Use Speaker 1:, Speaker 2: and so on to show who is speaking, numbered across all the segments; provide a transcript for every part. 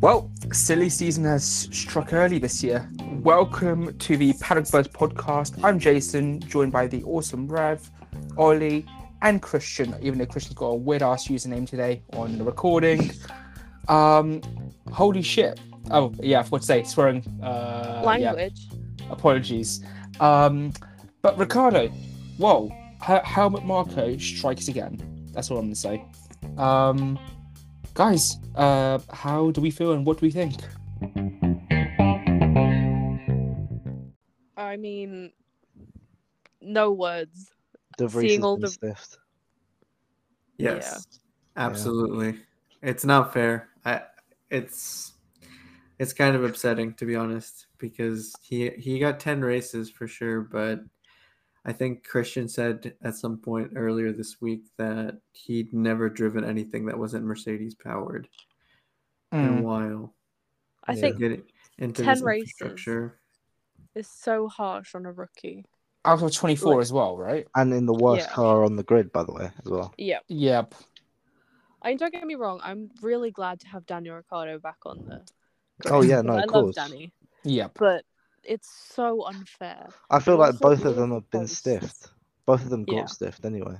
Speaker 1: Well, silly season has struck early this year. Welcome to the Paddock Buzz podcast. I'm Jason, joined by the awesome Rev, Ollie, and Christian, even though Christian's got a weird ass username today on the recording. Um, holy shit. Oh, yeah, I forgot to say, swearing. Uh,
Speaker 2: Oh,
Speaker 1: yeah,
Speaker 3: Language.
Speaker 1: apologies. Um, but Ricardo, whoa, Hel- Helmut Marco strikes again. That's all I'm going to say. Um, guys, uh, how do we feel and what do we think?
Speaker 3: I mean, no words.
Speaker 2: De Vries
Speaker 3: Seeing
Speaker 2: has
Speaker 3: all
Speaker 2: been
Speaker 3: the-
Speaker 2: stiffed.
Speaker 3: Yeah.
Speaker 4: Yes, absolutely. It's not fair. I, it's it's kind of upsetting to be honest because he he got ten races for sure, but I think Christian said at some point earlier this week that he'd never driven anything that wasn't Mercedes powered in a while.
Speaker 3: I
Speaker 2: Yeah.
Speaker 3: think
Speaker 4: Get into
Speaker 3: 10
Speaker 4: this
Speaker 3: Hmm. races.
Speaker 4: infrastructure.
Speaker 3: it's so harsh on a rookie.
Speaker 1: Out of 24
Speaker 3: Like-
Speaker 1: as well, right?
Speaker 2: And in the worst
Speaker 3: Yeah.
Speaker 2: car on the grid, by the way, as well.
Speaker 3: Yeah.
Speaker 1: Yep.
Speaker 3: I mean, don't get me wrong. I'm really glad to have Daniel Ricciardo back on there.
Speaker 2: Oh, yeah, no,
Speaker 3: I
Speaker 2: of
Speaker 3: love
Speaker 2: course.
Speaker 3: Danny,
Speaker 1: Yep.
Speaker 3: but it's so unfair.
Speaker 2: I feel
Speaker 3: Well,
Speaker 2: like
Speaker 3: so
Speaker 2: both
Speaker 3: all
Speaker 2: of them
Speaker 3: the
Speaker 2: have been
Speaker 3: posts-
Speaker 2: stiffed. Both of them got
Speaker 3: Yeah.
Speaker 2: stiffed anyway.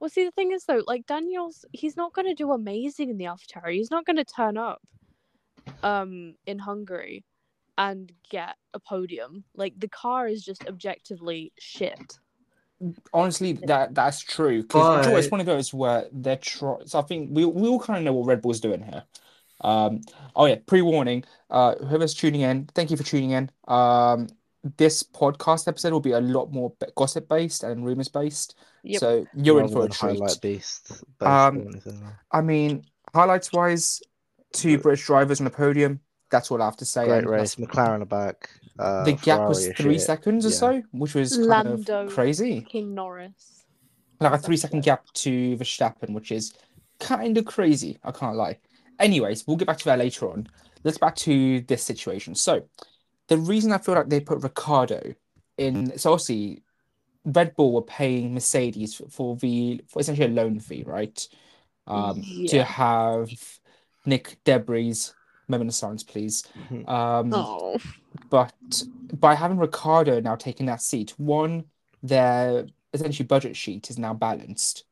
Speaker 3: Well, see, the thing is though, like Daniel's, he's not going to do amazing in the AlphaTauri. He's not going to turn up, um, in Hungary, and get a podium. Like the car is just objectively shit.
Speaker 1: Honestly, that that's true. Because
Speaker 4: But-
Speaker 1: it's one of those where they're trying. So I think we, we all kind of know what Red Bull's doing here. Um, oh, yeah. Pre warning uh, whoever's tuning in, thank you for tuning in. Um, this podcast episode will be a lot more gossip based and rumors based.
Speaker 3: Yep.
Speaker 1: So you're
Speaker 2: rather
Speaker 1: in for a
Speaker 2: than
Speaker 1: treat.
Speaker 2: highlight beast.
Speaker 1: Um,
Speaker 2: Um,
Speaker 1: I mean, highlights wise, two British drivers on the podium. That's all I have to say.
Speaker 2: Great
Speaker 1: and
Speaker 2: race.
Speaker 1: that's-
Speaker 2: McLaren are back. Uh,
Speaker 1: The gap was
Speaker 2: Ferrari are
Speaker 1: three
Speaker 2: shit.
Speaker 1: seconds or
Speaker 2: Yeah.
Speaker 1: so, which was kind
Speaker 3: Lando.
Speaker 1: of crazy.
Speaker 3: King Norris.
Speaker 1: like a three second gap to Verstappen, which is kind of crazy. I can't lie. Anyways, we'll get back to that later on. Let's back to this situation. So, the reason I feel like they put Ricardo in, so obviously, Red Bull were paying Mercedes for the for essentially a loan fee, right? Um, to
Speaker 3: Yeah.
Speaker 1: have Nick Debris, moment of silence, please.
Speaker 2: Mhm.
Speaker 1: Um,
Speaker 3: Oh.
Speaker 1: but by having Ricardo now taking that seat, one, their essentially budget sheet is now balanced,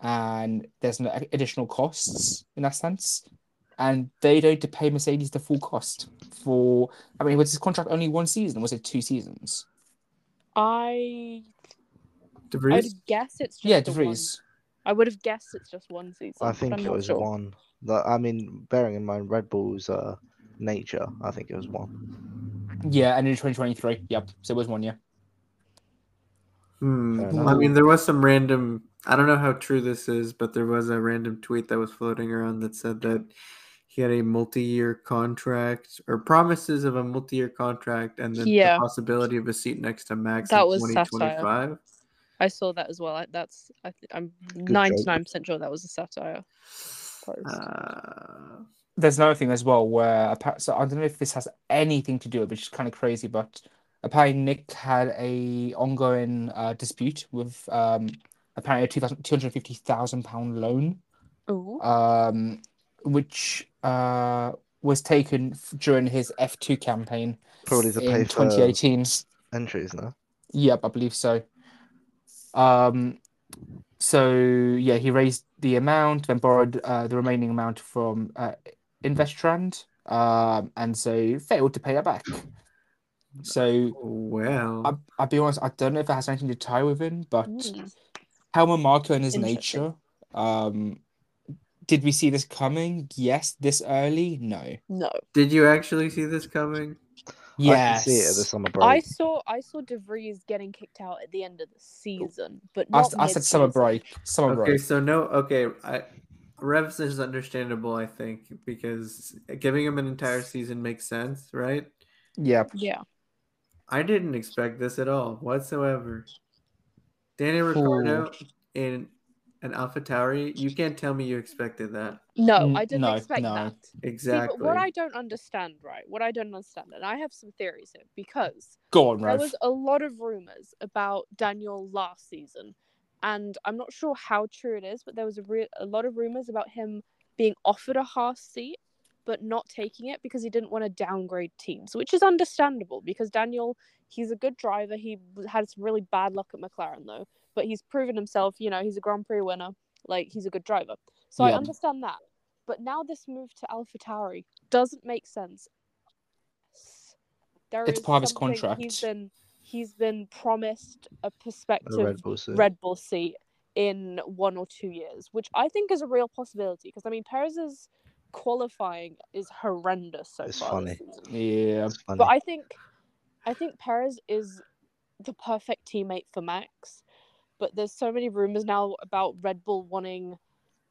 Speaker 1: and there's no additional costs in that sense, and they don't have to pay Mercedes the full cost for. I mean, was his contract only one season? Was it two seasons?
Speaker 3: I
Speaker 4: De
Speaker 3: I
Speaker 4: Vries?
Speaker 3: would guess it's just
Speaker 1: yeah,
Speaker 3: the
Speaker 1: De
Speaker 3: one-
Speaker 1: Vries.
Speaker 3: I would have guessed it's just one season.
Speaker 2: I
Speaker 3: but
Speaker 2: think
Speaker 3: I'm
Speaker 2: it
Speaker 3: not
Speaker 2: was
Speaker 3: sure.
Speaker 2: one. Like, I mean, bearing in mind Red Bull's uh, nature, I think it was one.
Speaker 1: Yeah, and in twenty twenty three. Yep, so it was one year.
Speaker 4: Hmm.
Speaker 2: Fair
Speaker 4: I
Speaker 2: enough.
Speaker 4: mean, there was some random. I don't know how true this is, but there was a random tweet that was floating around that said that he had a multi-year contract or promises of a multi-year contract, and then
Speaker 3: Yeah.
Speaker 4: the possibility of a seat next to Max.
Speaker 3: That
Speaker 4: in
Speaker 3: was satire.
Speaker 4: 2025.
Speaker 3: I saw that as well. I- That's I th- I'm
Speaker 2: joke.
Speaker 3: ninety nine percent sure that was a satire. Post.
Speaker 4: Uh,
Speaker 1: there's another thing as well where appa- so I don't know if this has anything to do with, it, which is kind of crazy, but apparently Nick had a ongoing uh, dispute with um apparently a 2,000 250,000 pound loan
Speaker 3: Ooh.
Speaker 1: um which uh was taken f- during his F2 campaign
Speaker 2: Probably to pay
Speaker 1: in
Speaker 2: for
Speaker 1: 2018.
Speaker 2: entries now.
Speaker 1: Yep, I believe so. Um, so yeah, he raised the amount, then borrowed uh, the remaining amount from uh, Investrand, um, and so failed to pay that back. So
Speaker 4: well,
Speaker 1: I, I'll be honest, I don't know if it has anything to tie with him, but
Speaker 3: Mm.
Speaker 1: Helmut Marko and his
Speaker 3: Interesting.
Speaker 1: nature. Um, did we see this coming? Yes, this early? No.
Speaker 3: No,
Speaker 4: did you actually see this coming?
Speaker 2: I can see it at the
Speaker 1: Yes.
Speaker 2: summer
Speaker 3: I
Speaker 2: break.
Speaker 3: saw I saw De Vries getting kicked out at the end of the season, but
Speaker 1: I,
Speaker 3: not
Speaker 1: I said summer
Speaker 3: mid-season.
Speaker 1: break. Summer
Speaker 4: okay,
Speaker 1: break.
Speaker 4: so no. Okay, I. Revs is understandable, I think, because giving him an entire season makes sense, right?
Speaker 1: Yeah.
Speaker 3: Yeah,
Speaker 4: I didn't expect this at all whatsoever. Danny Ricardo in an AlphaTauri, you can't tell me you expected that.
Speaker 3: no,
Speaker 1: Mm,
Speaker 3: I didn't
Speaker 1: no,
Speaker 3: expect
Speaker 1: no.
Speaker 3: that. See,
Speaker 4: Exactly.
Speaker 3: but what I don't understand, right? What I don't understand, and I have some theories here because
Speaker 1: Go on,
Speaker 3: There
Speaker 1: Rev.
Speaker 3: was a lot of rumors about Daniel last season and I'm not sure how true it is, but there was a, re- a lot of rumors about him being offered a Haas seat but not taking it because he didn't want to downgrade teams, which is understandable because Daniel, he's a good driver. He had some really bad luck at McLaren though, but he's proven himself, you know, he's a Grand Prix winner. Like he's a good driver. So I
Speaker 2: Yeah.
Speaker 3: understand that. But now this move to AlphaTauri doesn't make sense. There
Speaker 1: It's
Speaker 3: is
Speaker 1: part of his
Speaker 3: something- He's
Speaker 1: contract.
Speaker 3: been he's been promised a perspective
Speaker 2: A Red Bull suit.
Speaker 3: Red Bull seat in one or two years, which I think is a real possibility. Because I mean, Perez's qualifying is horrendous so
Speaker 2: It's
Speaker 3: far. this season.
Speaker 1: Yeah.
Speaker 2: It's funny.
Speaker 3: But I think, I think Perez is the perfect teammate for Max. But there's so many rumors now about Red Bull wanting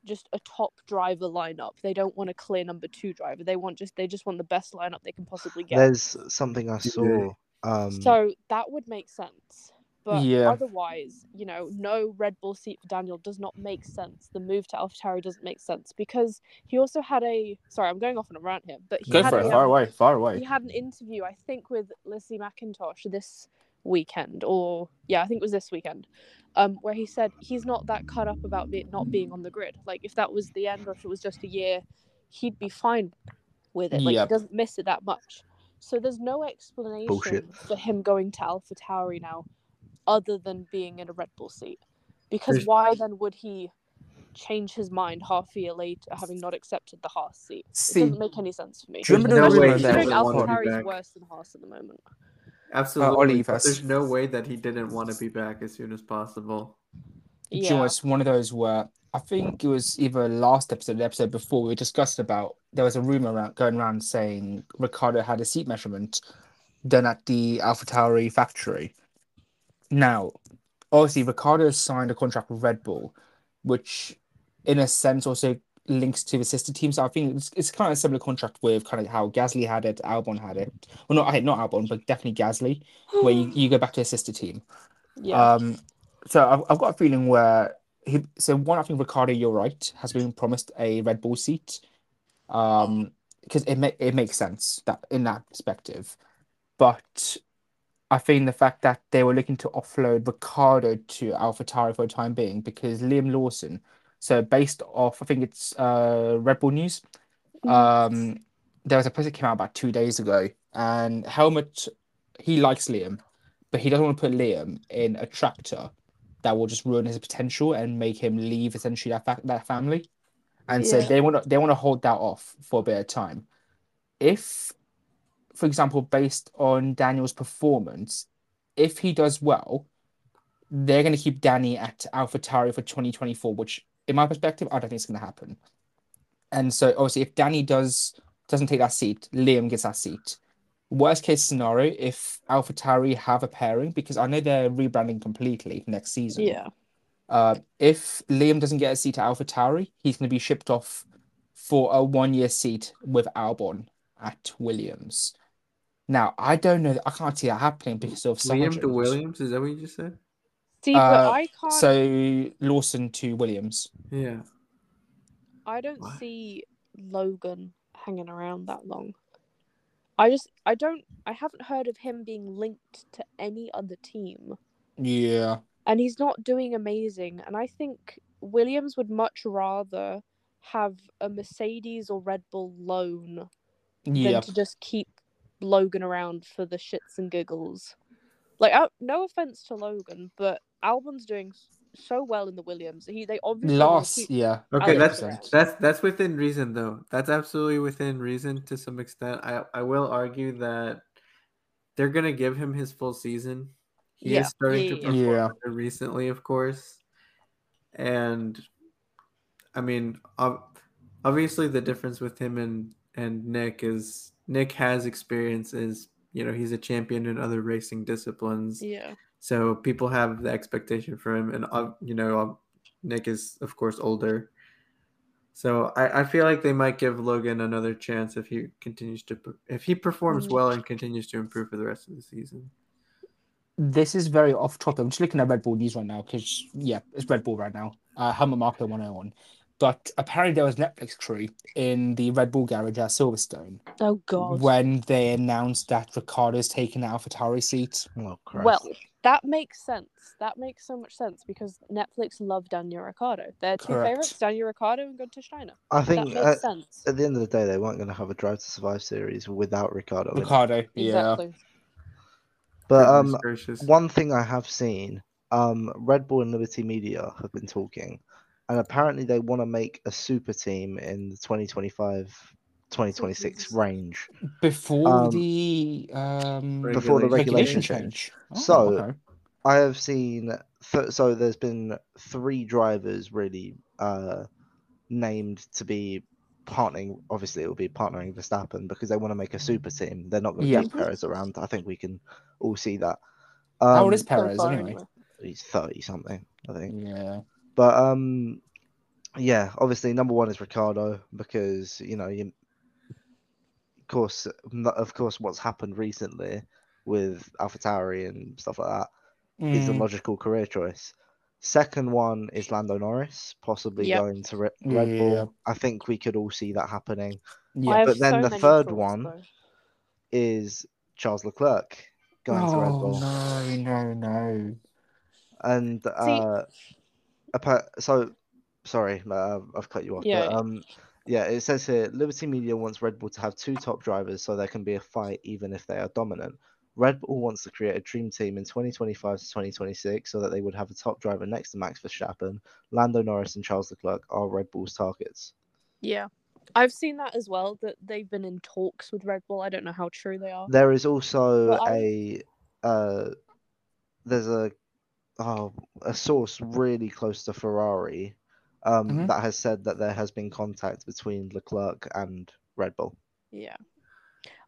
Speaker 3: just a top driver lineup. They don't want a clear number two driver. They want just they just want the best lineup they can possibly get.
Speaker 2: There's something I saw. Um,
Speaker 3: So that would make sense. But
Speaker 1: Yeah.
Speaker 3: otherwise, you know, no Red Bull seat for Daniel does not make sense. The move to AlphaTauri doesn't make sense because he also had a sorry, I'm going off on a rant here, but he
Speaker 1: Go
Speaker 3: had
Speaker 1: for
Speaker 3: a,
Speaker 1: it. Far
Speaker 3: um,
Speaker 1: away. Far
Speaker 3: he
Speaker 1: away.
Speaker 3: had an interview, I think, with Lizzie McIntosh this weekend, or yeah, I think it was this weekend, um, where he said he's not that cut up about be- not being on the grid. Like, if that was the end, or if it was just a year, he'd be fine with it. Like,
Speaker 1: Yep.
Speaker 3: he doesn't miss it that much. So there's no explanation
Speaker 2: Bullshit.
Speaker 3: for him going to Alpha Tauri now, other than being in a Red Bull seat. Because
Speaker 4: There's-
Speaker 3: why then would he change his mind half a year later, having not accepted the Haas seat? It
Speaker 1: See,
Speaker 3: doesn't make any sense for me.
Speaker 1: Do you remember
Speaker 4: There's
Speaker 1: the
Speaker 4: no way
Speaker 1: rumor
Speaker 4: he
Speaker 1: that-
Speaker 3: I think
Speaker 4: doesn't
Speaker 1: Alpha
Speaker 3: Alpha
Speaker 4: want to
Speaker 3: Tauri
Speaker 4: be
Speaker 3: is
Speaker 4: back.
Speaker 3: worse than Haas at the moment.
Speaker 4: Absolutely. but
Speaker 1: Olivas.
Speaker 4: there's no way that he didn't want to be back as soon as possible.
Speaker 1: yeah. was one of those where I think it was either last episode, or the episode before we discussed about there was a rumor around, going around saying Ricardo had a seat measurement done at the AlphaTauri factory. Now, obviously, Ricardo signed a contract with Red Bull, which in a sense also links to the sister team. So I think it's, it's kind of a similar contract with kind of how Gasly had it, Albon had it. Well, not, okay, not Albon, but definitely Gasly, where you, you go back to a sister team.
Speaker 3: yeah.
Speaker 1: Um, so I've, I've got a feeling where he. So one, I think Ricardo, you're right, has been promised a Red Bull seat, um, because it ma- it makes sense that in that perspective, but I think the fact that they were looking to offload Ricardo to AlphaTauri for the time being because Liam Lawson. So based off, I think it's uh Red Bull news.
Speaker 3: Mhm.
Speaker 1: Um, there was a post that came out about two days ago, and Helmut he likes Liam, but he doesn't want to put Liam in a tractor that will just ruin his potential and make him leave essentially that fa- that family. And so
Speaker 3: Yeah.
Speaker 1: they want to they want to hold that off for a bit of time. If, for example, based on Daniel's performance, if he does well, they're going to keep Danny at AlphaTauri for 2024, which, in my perspective, I don't think it's going to happen. And so, obviously, if Danny does doesn't take that seat, Liam gets that seat. Worst case scenario, if AlphaTauri have a pairing, because I know they're rebranding completely next season.
Speaker 3: yeah.
Speaker 1: Uh, if Liam doesn't get a seat at AlphaTauri, he's going to be shipped off for a one-year seat with Albon at Williams. Now, I don't know. I can't see that happening because of
Speaker 4: Liam to
Speaker 1: Sargent.
Speaker 4: Williams, is that what you just said?
Speaker 3: See, but
Speaker 1: uh,
Speaker 3: I can't.
Speaker 1: So Lawson to Williams.
Speaker 4: Yeah.
Speaker 3: I don't
Speaker 4: What?
Speaker 3: see Logan hanging around that long. I just, I don't, I haven't heard of him being linked to any other team,
Speaker 1: Yeah.
Speaker 3: and he's not doing amazing. And I think Williams would much rather have a Mercedes or Red Bull loan than
Speaker 1: Yeah.
Speaker 3: to just keep Logan around for the shits and giggles. Like, I, no offense to Logan, but Albon's doing s- so well in the Williams. He they obviously wanna
Speaker 1: Last.
Speaker 3: keep-
Speaker 1: Yeah.
Speaker 4: Okay, that's
Speaker 1: 100%.
Speaker 4: that's that's within reason though. That's absolutely within reason to some extent. I I will argue that they're gonna give him his full season. He
Speaker 3: Yeah.
Speaker 4: is starting to
Speaker 3: Yeah,
Speaker 4: perform
Speaker 1: yeah, yeah.
Speaker 4: better recently, of course, and I mean, ob- obviously the difference with him and and Nick is Nick has experience. Is you know he's a champion in other racing disciplines.
Speaker 3: yeah,
Speaker 4: So people have the expectation for him, and uh, you know, um, Nick is of course older. So I, I feel like they might give Logan another chance if he continues to per- if he performs
Speaker 3: Mm.
Speaker 4: well and continues to improve for the rest of the season.
Speaker 1: This is very off topic. I'm just looking at Red Bull news right now because yeah, it's Red Bull right now. Uh, Helmut Marko 101. But apparently, there was an Netflix crew in the Red Bull garage at Silverstone
Speaker 3: Oh God.
Speaker 1: when they announced that Ricardo's taking out Atari seat.
Speaker 2: Oh, Christ.
Speaker 3: Well, that makes sense. That makes so much sense because Netflix love Daniel Ricciardo. Their two
Speaker 1: Correct. uh,
Speaker 3: favorites, Daniel Ricciardo and Gunter Steiner.
Speaker 2: I
Speaker 3: That
Speaker 2: think
Speaker 3: makes
Speaker 2: at,
Speaker 3: sense.
Speaker 2: at the end of the day, they weren't going to have a Drive to Survive series without Ricardo. in it.
Speaker 1: Ricardo, yeah.
Speaker 3: Exactly.
Speaker 2: But um,
Speaker 4: Goodness gracious.
Speaker 2: one thing I have seen, um, Red Bull and Liberty Media have been talking, and apparently they want to make a super team in the 2025 2026
Speaker 3: Jesus.
Speaker 2: range.
Speaker 1: Before
Speaker 2: Um,
Speaker 1: the um,
Speaker 4: Regulation
Speaker 2: Before the
Speaker 1: regulation
Speaker 2: regulation change.
Speaker 1: change.
Speaker 2: So-
Speaker 1: okay.
Speaker 2: I have seen, th- so there's been three drivers really uh, named to be partnering. Obviously, it will be partnering Verstappen because they want to make a super team. They're not going to
Speaker 1: Mm. Yeah.
Speaker 2: keep Perez around. I think we can all see that.
Speaker 1: How
Speaker 2: Um,
Speaker 1: old is Mm.
Speaker 3: So
Speaker 1: Perez
Speaker 3: far,
Speaker 1: anyway?
Speaker 2: He's 30 something, I think.
Speaker 1: Yeah.
Speaker 2: But um, yeah, obviously number one is Ricardo because you know you, of course, n- of course, what's happened recently with AlphaTauri and stuff like that is the
Speaker 1: Mm,
Speaker 2: logical career choice. Second one is Lando Norris, possibly
Speaker 3: Yep.
Speaker 2: going to Re- Red
Speaker 1: Yeah.
Speaker 2: Bull. I think we could all see that happening.
Speaker 1: yeah.
Speaker 3: I have
Speaker 2: but then
Speaker 3: so
Speaker 2: the
Speaker 3: many
Speaker 2: third
Speaker 3: thoughts,
Speaker 2: one-
Speaker 3: though.
Speaker 2: Is Charles Leclerc going to Red
Speaker 1: Oh
Speaker 2: Bull?
Speaker 1: no, no, no.
Speaker 2: And uh, appa- so sorry, uh, I've cut you off.
Speaker 3: Yeah.
Speaker 2: But, um, yeah, it says here Liberty Media wants Red Bull to have two top drivers so there can be a fight even if they are dominant. Red Bull wants to create a dream team in 2025 to 2026 so that they would have a top driver next to Max Verstappen. Lando Norris and Charles Leclerc are Red Bull's targets.
Speaker 3: Yeah. I've seen that as well, that they've been in talks with Red Bull. I don't know how true they are.
Speaker 2: There is also
Speaker 3: Well,
Speaker 2: a uh, there's a oh, a source really close to Ferrari um,
Speaker 3: Mm-hmm.
Speaker 1: Mhm.
Speaker 2: that has said that there has been contact between Leclerc and Red Bull.
Speaker 3: Yeah.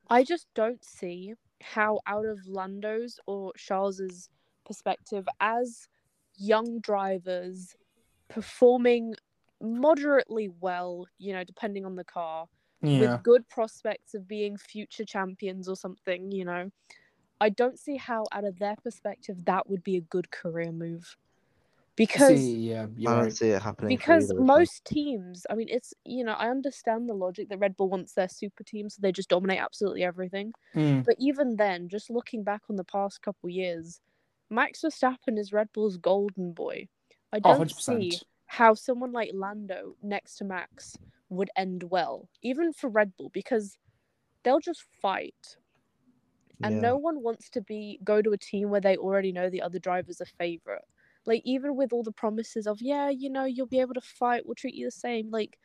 Speaker 3: I just don't see how, out of Lando's or Charles's perspective, as young drivers performing moderately well, you know, depending on the car,
Speaker 1: Yeah.
Speaker 3: with good prospects of being future champions or something, you know, I don't see how, out of their perspective, that would be a good career move. Because
Speaker 1: See, yeah, you're
Speaker 2: I don't
Speaker 1: right.
Speaker 2: see it happening for
Speaker 3: because
Speaker 2: either of them.
Speaker 3: most teams i mean it's you know i understand the logic that red bull wants their super team so they just dominate absolutely everything
Speaker 1: Mm,
Speaker 3: but even then just looking back on the past couple years max verstappen is red bull's golden boy i
Speaker 1: oh,
Speaker 3: don't
Speaker 1: 100%.
Speaker 3: see how someone like lando next to max would end well even for red bull because they'll just fight and
Speaker 2: Yeah.
Speaker 3: no one wants to be go to a team where they already know the other driver's a favorite like even with all the promises of yeah you know you'll be able to fight we'll treat you the same like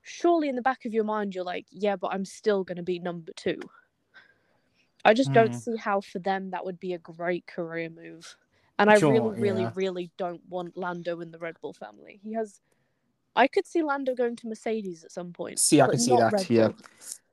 Speaker 3: surely in the back of your mind you're like yeah but i'm still going to be number two i just don't
Speaker 1: Mm.
Speaker 3: see how for them that would be a great career move and i
Speaker 1: Sure,
Speaker 3: really really
Speaker 1: yeah.
Speaker 3: really don't want lando in the red bull family he has i could see lando going to mercedes at some point
Speaker 1: See, I
Speaker 3: but
Speaker 1: can see
Speaker 3: not
Speaker 1: that.
Speaker 3: Red
Speaker 1: yeah.
Speaker 3: Bull.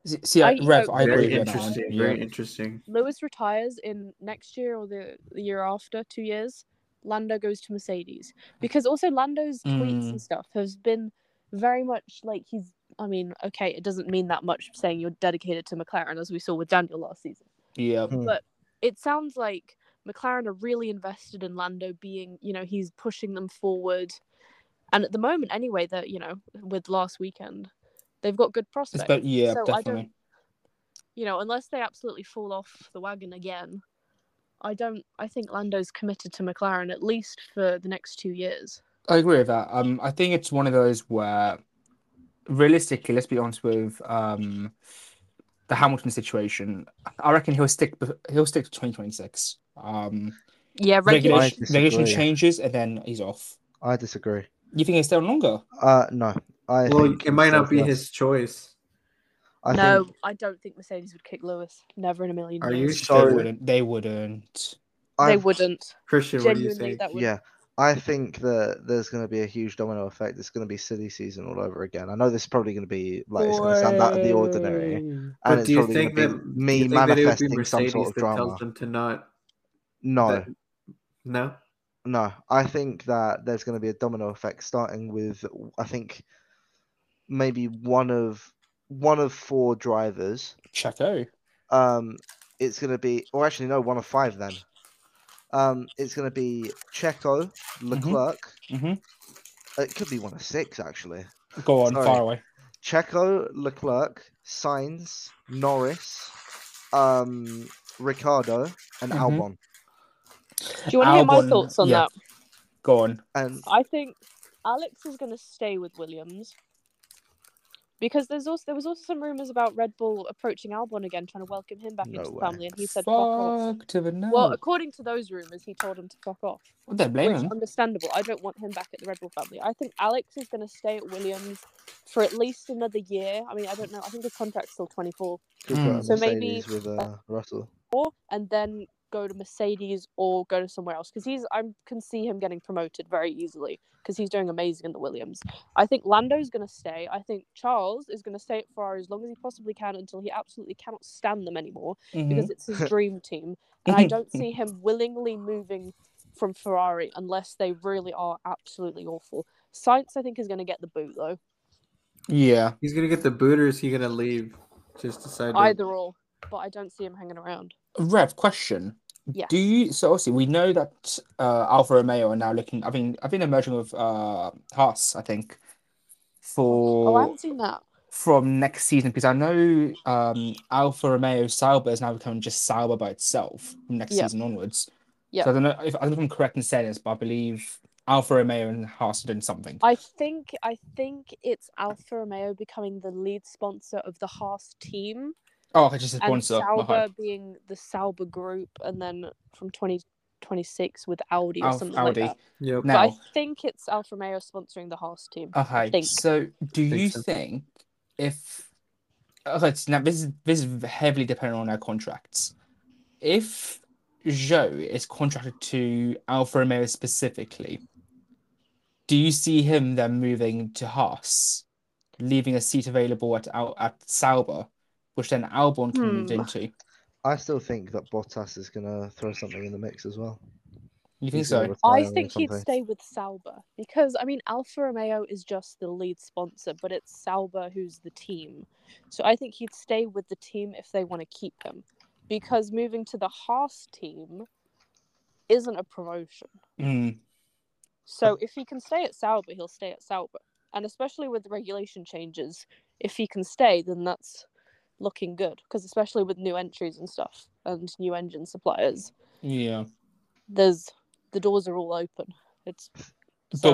Speaker 1: See, see, I,
Speaker 3: I-
Speaker 1: Rev,
Speaker 3: I-
Speaker 1: I agree
Speaker 4: very
Speaker 1: with that. one,
Speaker 4: interesting.
Speaker 1: Yeah.
Speaker 4: Very interesting.
Speaker 3: Lewis retires in next year or the, the year after, two years. Lando goes to Mercedes because also Lando's tweets
Speaker 1: Mm.
Speaker 3: and stuff has been very much like he's. I mean, okay, it doesn't mean that much saying you're dedicated to McLaren as we saw with Daniel last season.
Speaker 1: Yeah.
Speaker 2: Hmm.
Speaker 3: It sounds like McLaren are really invested in Lando being, you know, he's pushing them forward. And at the moment, anyway, that you know, with last weekend, they've got good prospects.
Speaker 1: It's about, yeah,
Speaker 3: so I
Speaker 1: definitely.
Speaker 3: don't, you know, unless they absolutely fall off the wagon again, I don't. I think Lando's committed to McLaren at least for the next two years.
Speaker 1: I agree with that. Um, I think it's one of those where, realistically, let's be honest with um, the Hamilton situation. I reckon he'll stick. He'll stick to twenty twenty six. Um,
Speaker 3: Yeah,
Speaker 1: regulation,
Speaker 2: I
Speaker 1: regulation
Speaker 2: disagree.
Speaker 1: changes, and then he's off.
Speaker 2: I disagree.
Speaker 1: You think he'll stay on longer?
Speaker 2: Uh, no. I
Speaker 4: Well,
Speaker 2: think
Speaker 4: it might not be
Speaker 2: Mercedes-
Speaker 4: his choice.
Speaker 2: I
Speaker 3: no,
Speaker 2: think,
Speaker 3: I don't think Mercedes would kick Lewis. Never in a million
Speaker 4: Are
Speaker 3: years.
Speaker 4: you
Speaker 1: they
Speaker 2: Sorry.
Speaker 4: sure?
Speaker 1: wouldn't. They wouldn't.
Speaker 3: They
Speaker 2: I've-
Speaker 3: wouldn't.
Speaker 4: Christian, what do you
Speaker 3: Genuinely,
Speaker 4: think?
Speaker 3: that would.
Speaker 2: Yeah, I think that there's going to be a huge domino effect. It's going to be silly season all over again. I know this is probably going to be like it's going to sound out of the ordinary, and
Speaker 1: Boy.
Speaker 4: But
Speaker 2: it's
Speaker 4: do you
Speaker 2: probably
Speaker 4: think
Speaker 2: going to be
Speaker 4: that
Speaker 2: me
Speaker 4: do you think that it would be
Speaker 2: manifesting some sort
Speaker 4: Mercedes
Speaker 2: of
Speaker 4: that
Speaker 2: drama.
Speaker 4: tells them to not?
Speaker 2: No,
Speaker 4: that- no.
Speaker 2: no, I think that there's going to be a domino effect starting with I think maybe one of one of four drivers.
Speaker 1: Checo.
Speaker 2: Um, it's going to be, or actually no, one of five then. Um, it's going to
Speaker 4: Mm-hmm.
Speaker 2: be Checo, Leclerc.
Speaker 1: Mhm.
Speaker 2: It could be one of six actually.
Speaker 1: Go on,
Speaker 2: Sorry.
Speaker 1: far away.
Speaker 2: Checo, Leclerc, Sainz, Norris, um, Ricardo, and
Speaker 1: Mhm.
Speaker 4: Mm-hmm.
Speaker 2: Albon.
Speaker 3: Do you want to hear my
Speaker 1: Albon,
Speaker 3: thoughts on
Speaker 1: yeah.
Speaker 3: that?
Speaker 1: Go on.
Speaker 2: And
Speaker 3: I think Alex is going to stay with Williams because there's also there was also some rumors about Red Bull approaching Albon again, trying to welcome him back
Speaker 2: No
Speaker 3: into the
Speaker 2: way.
Speaker 3: family, and he said,
Speaker 1: fuck
Speaker 3: "Fuck off."
Speaker 1: to the no.
Speaker 3: Well, according to those rumors, he told him to fuck off.
Speaker 1: don't blame
Speaker 3: which
Speaker 1: him.
Speaker 3: understandable. I don't want him back at the Red Bull family. I think Alex is going to stay at Williams for at least another year. I mean, I don't know. I think his contract's till 24,
Speaker 2: could
Speaker 1: Mm.
Speaker 2: put a
Speaker 3: So maybe-
Speaker 2: Mercedes with uh, Russell.
Speaker 3: and then go to Mercedes or go to somewhere else because he's I can see him getting promoted very easily because he's doing amazing in the Williams. I think Lando's going to stay. I think Charles is going to stay at Ferrari as long as he possibly can until he absolutely cannot stand them anymore
Speaker 1: Mhm.
Speaker 3: because it's his dream team. And I don't see him willingly moving from Ferrari unless they really are absolutely awful. Science, I think, is going to get the boot though.
Speaker 1: Yeah.
Speaker 4: He's gonna get the boot, or is he gonna leave? Just decide. to-
Speaker 3: Either or, but I don't see him hanging around.
Speaker 1: Rev, question.
Speaker 3: Yeah.
Speaker 1: Do you so obviously we know that uh, Alfa Romeo are now looking. I mean, I've been merging with uh, Haas, I think,
Speaker 3: Oh, I
Speaker 1: for
Speaker 3: haven't seen that.
Speaker 1: from next season because I know um, Alfa Romeo Sauber is now becoming just Sauber by itself from next
Speaker 3: Yeah.
Speaker 1: season onwards.
Speaker 3: Yeah.
Speaker 1: So I don't know if I don't know if I'm correct in saying this, but I believe Alfa Romeo and Haas are doing something.
Speaker 3: I think I think it's Alfa Romeo becoming the lead sponsor of the Haas team
Speaker 1: oh, okay, just a
Speaker 3: and
Speaker 1: sponsor. My
Speaker 3: Sauber
Speaker 1: bad.
Speaker 3: being the Sauber group, and then from twenty twenty six with Audi or
Speaker 1: Alf-
Speaker 3: something
Speaker 1: Audi.
Speaker 3: like that.
Speaker 4: Yep.
Speaker 3: But I
Speaker 1: Now,
Speaker 3: think it's Alfa Romeo sponsoring the Haas team. I
Speaker 1: okay.
Speaker 3: think.
Speaker 1: So, do
Speaker 4: Think
Speaker 1: you
Speaker 4: so.
Speaker 1: think if okay, so now this is this is heavily dependent on our contracts. If Joe is contracted to Alfa Romeo specifically, do you see him then moving to Haas, leaving a seat available at Al- at Sauber, which then Albon can move
Speaker 3: Hmm.
Speaker 1: into?
Speaker 2: I still think that Bottas is going to throw something in the mix as well.
Speaker 1: You think
Speaker 2: He's gonna
Speaker 1: so?
Speaker 2: retire
Speaker 3: I
Speaker 2: or
Speaker 3: think he'd
Speaker 2: something.
Speaker 3: stay with Sauber because I mean Alfa Romeo is just the lead sponsor, but it's Sauber who's the team. So I think he'd stay with the team if they want to keep him, because moving to the Haas team isn't a promotion.
Speaker 1: Mm,
Speaker 3: So if he can stay at Sauber, he'll stay at Sauber, and especially with the regulation changes, if he can stay, then that's looking good because especially with new entries and stuff and new engine suppliers
Speaker 1: yeah.
Speaker 3: there's the doors are all open. It's So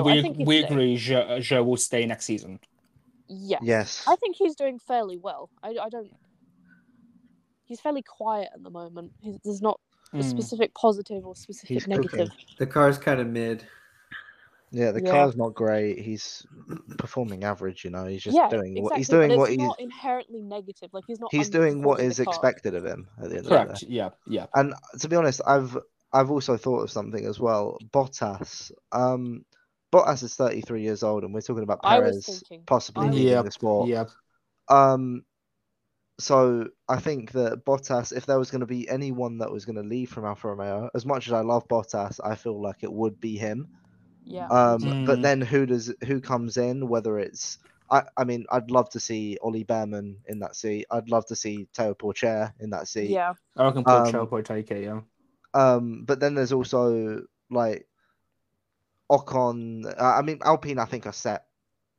Speaker 1: But
Speaker 3: I
Speaker 1: we
Speaker 3: think he'd
Speaker 1: we
Speaker 3: stay.
Speaker 1: agree Joe, Joe will stay next season.
Speaker 3: yeah.
Speaker 2: Yes.
Speaker 3: I think he's doing fairly well. I, I don't. He's fairly quiet at the moment. He's, there's not a
Speaker 1: Mm.
Speaker 3: specific positive or specific
Speaker 2: Hmm. He's cooking.
Speaker 3: negative.
Speaker 4: The car's kind of mid.
Speaker 2: Yeah, the
Speaker 3: Yeah.
Speaker 2: car's not great. He's performing average, you know. He's just
Speaker 3: yeah,
Speaker 2: doing
Speaker 3: exactly.
Speaker 2: what he's
Speaker 3: but
Speaker 2: doing
Speaker 3: it's
Speaker 2: what he's
Speaker 3: not inherently negative. Like he's not.
Speaker 2: he's doing what
Speaker 3: underperforming
Speaker 2: is
Speaker 3: the car.
Speaker 2: expected of him at the end of the day.
Speaker 1: Correct. Yeah. Yeah.
Speaker 2: And to be honest, I've I've also thought of something as well. Bottas. Um Bottas is 33 years old and we're talking about
Speaker 3: I was
Speaker 2: Perez
Speaker 3: thinking-
Speaker 2: possibly
Speaker 3: I was-
Speaker 2: leaving
Speaker 1: Yeah,
Speaker 2: the sport.
Speaker 1: Yeah.
Speaker 2: Um so I think that Bottas, if there was going to be anyone that was going to leave from Alfa Romeo, as much as I love Bottas, I feel like it would be him.
Speaker 3: Yeah.
Speaker 2: Um,
Speaker 1: Mm.
Speaker 2: But then who does who comes in? Whether it's I, I mean, I'd love to see Ollie Behrman in that seat. I'd love to see Teo Porcher in that seat.
Speaker 3: yeah.
Speaker 1: I reckon Paul
Speaker 2: Um,
Speaker 1: Chow probably take it, yeah.
Speaker 2: Um, but then there's also like Ocon. Uh, I mean, Alpine. I think are set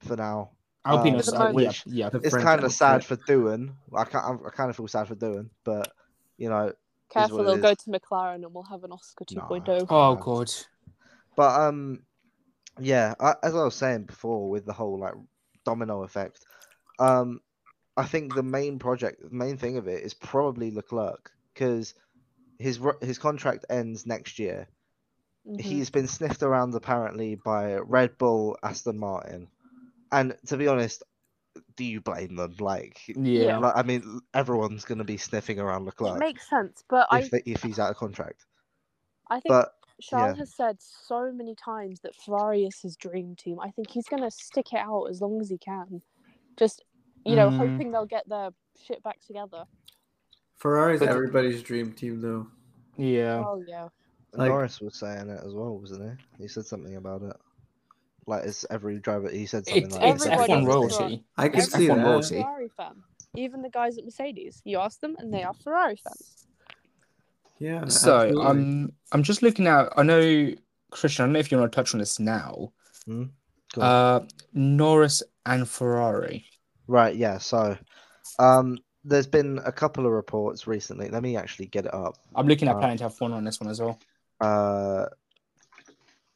Speaker 2: for now.
Speaker 1: Alpine
Speaker 2: um,
Speaker 1: was,
Speaker 3: For the
Speaker 1: uh, yeah,
Speaker 2: moment.
Speaker 1: yeah.
Speaker 4: The
Speaker 2: It's
Speaker 4: French
Speaker 2: kind of
Speaker 4: outfit.
Speaker 2: sad for Doohan. I can't. I kind of feel sad for Doohan, but you know.
Speaker 3: Careful,
Speaker 2: what it
Speaker 3: they'll go
Speaker 2: is.
Speaker 3: to McLaren and we'll have an Oscar
Speaker 2: Nah.
Speaker 3: 2.0.
Speaker 1: Oh
Speaker 2: Uh,
Speaker 1: god.
Speaker 2: But um, yeah, I, as I was saying before, with the whole like domino effect, um, I think the main project, the main thing of it is probably Leclerc because his ro- his contract ends next year.
Speaker 3: Mhm.
Speaker 2: He's been sniffed around apparently by Red Bull, Aston Martin, and to be honest, do you blame them? Like,
Speaker 1: Yeah.
Speaker 2: like, I mean, everyone's gonna be sniffing around
Speaker 3: It
Speaker 2: Leclerc
Speaker 3: makes sense, but I
Speaker 2: if they, if he's out of contract.
Speaker 3: I think
Speaker 2: But
Speaker 3: Charles
Speaker 2: Yeah.
Speaker 3: has said so many times that Ferrari is his dream team. I think he's going to stick it out as long as he can. Just, you know,
Speaker 1: Mm.
Speaker 3: hoping they'll get their shit back together.
Speaker 4: Ferrari's
Speaker 1: But-
Speaker 4: everybody's dream team, though.
Speaker 1: Yeah.
Speaker 3: Oh, yeah.
Speaker 4: Like-
Speaker 2: Norris was saying it as well, wasn't he? He said something about it. Like it's every driver. He said something
Speaker 1: It,
Speaker 2: like
Speaker 1: it's
Speaker 2: every
Speaker 3: Everybody
Speaker 1: F1
Speaker 3: is
Speaker 2: driver-
Speaker 1: royalty.
Speaker 4: I can
Speaker 1: It's
Speaker 4: see
Speaker 1: F1
Speaker 4: that.
Speaker 1: royalty.
Speaker 3: Ferrari fan. Even the guys at Mercedes. You ask them and they are Ferrari fans.
Speaker 4: Yeah.
Speaker 1: So
Speaker 4: absolutely.
Speaker 1: um I'm just looking at I know Christian, I don't know if you want to touch on this now.
Speaker 2: Hmm? Go on.
Speaker 1: Uh, Norris and Ferrari.
Speaker 2: Right, yeah. So, um, there's been a couple of reports recently. Let me actually get it up.
Speaker 1: I'm looking at
Speaker 2: Wow.
Speaker 1: Planet F1 on this one as well.
Speaker 2: Uh,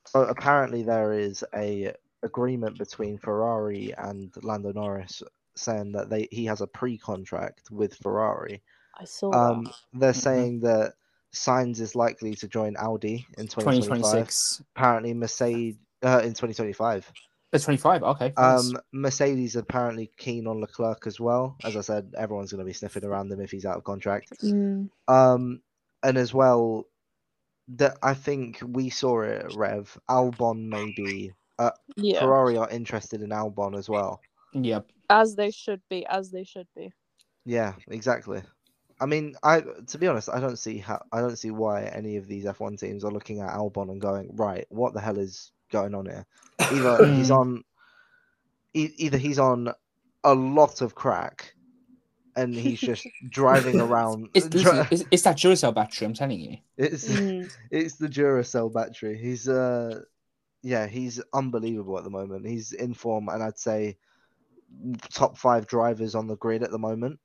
Speaker 2: so apparently there is a agreement between Ferrari and Lando Norris saying that they he has a pre-contract with Ferrari.
Speaker 3: I saw
Speaker 2: Um,
Speaker 3: that.
Speaker 2: they're
Speaker 1: Mhm.
Speaker 2: saying that Signs is likely to join Audi in 2025.
Speaker 1: 2026.
Speaker 2: Apparently, Mercedes uh, in 2025.
Speaker 1: The 25. Okay. nice.
Speaker 2: Um, Mercedes apparently keen on Leclerc as well. As I said, everyone's going to be sniffing around him if he's out of contract.
Speaker 3: Mm,
Speaker 2: Um, and as well, that I think we saw it, Rev. Albon maybe.
Speaker 3: yeah,
Speaker 2: Ferrari are interested in Albon as well.
Speaker 1: yeah.
Speaker 3: as they should be, as they should be.
Speaker 2: Yeah, exactly. I mean, I to be honest, I don't see how I don't see why any of these F1 teams are looking at Albon and going, right, what the hell is going on here? Either he's
Speaker 1: Mm.
Speaker 2: on, e- either he's on a lot of crack, and he's just driving around.
Speaker 1: It's,
Speaker 2: dri-
Speaker 1: listen, it's, it's that Duracell battery, I'm telling you.
Speaker 2: it's
Speaker 3: Mm,
Speaker 2: it's the Duracell battery. He's uh, yeah, he's unbelievable at the moment. He's in form, and I'd say top five drivers on the grid at the moment.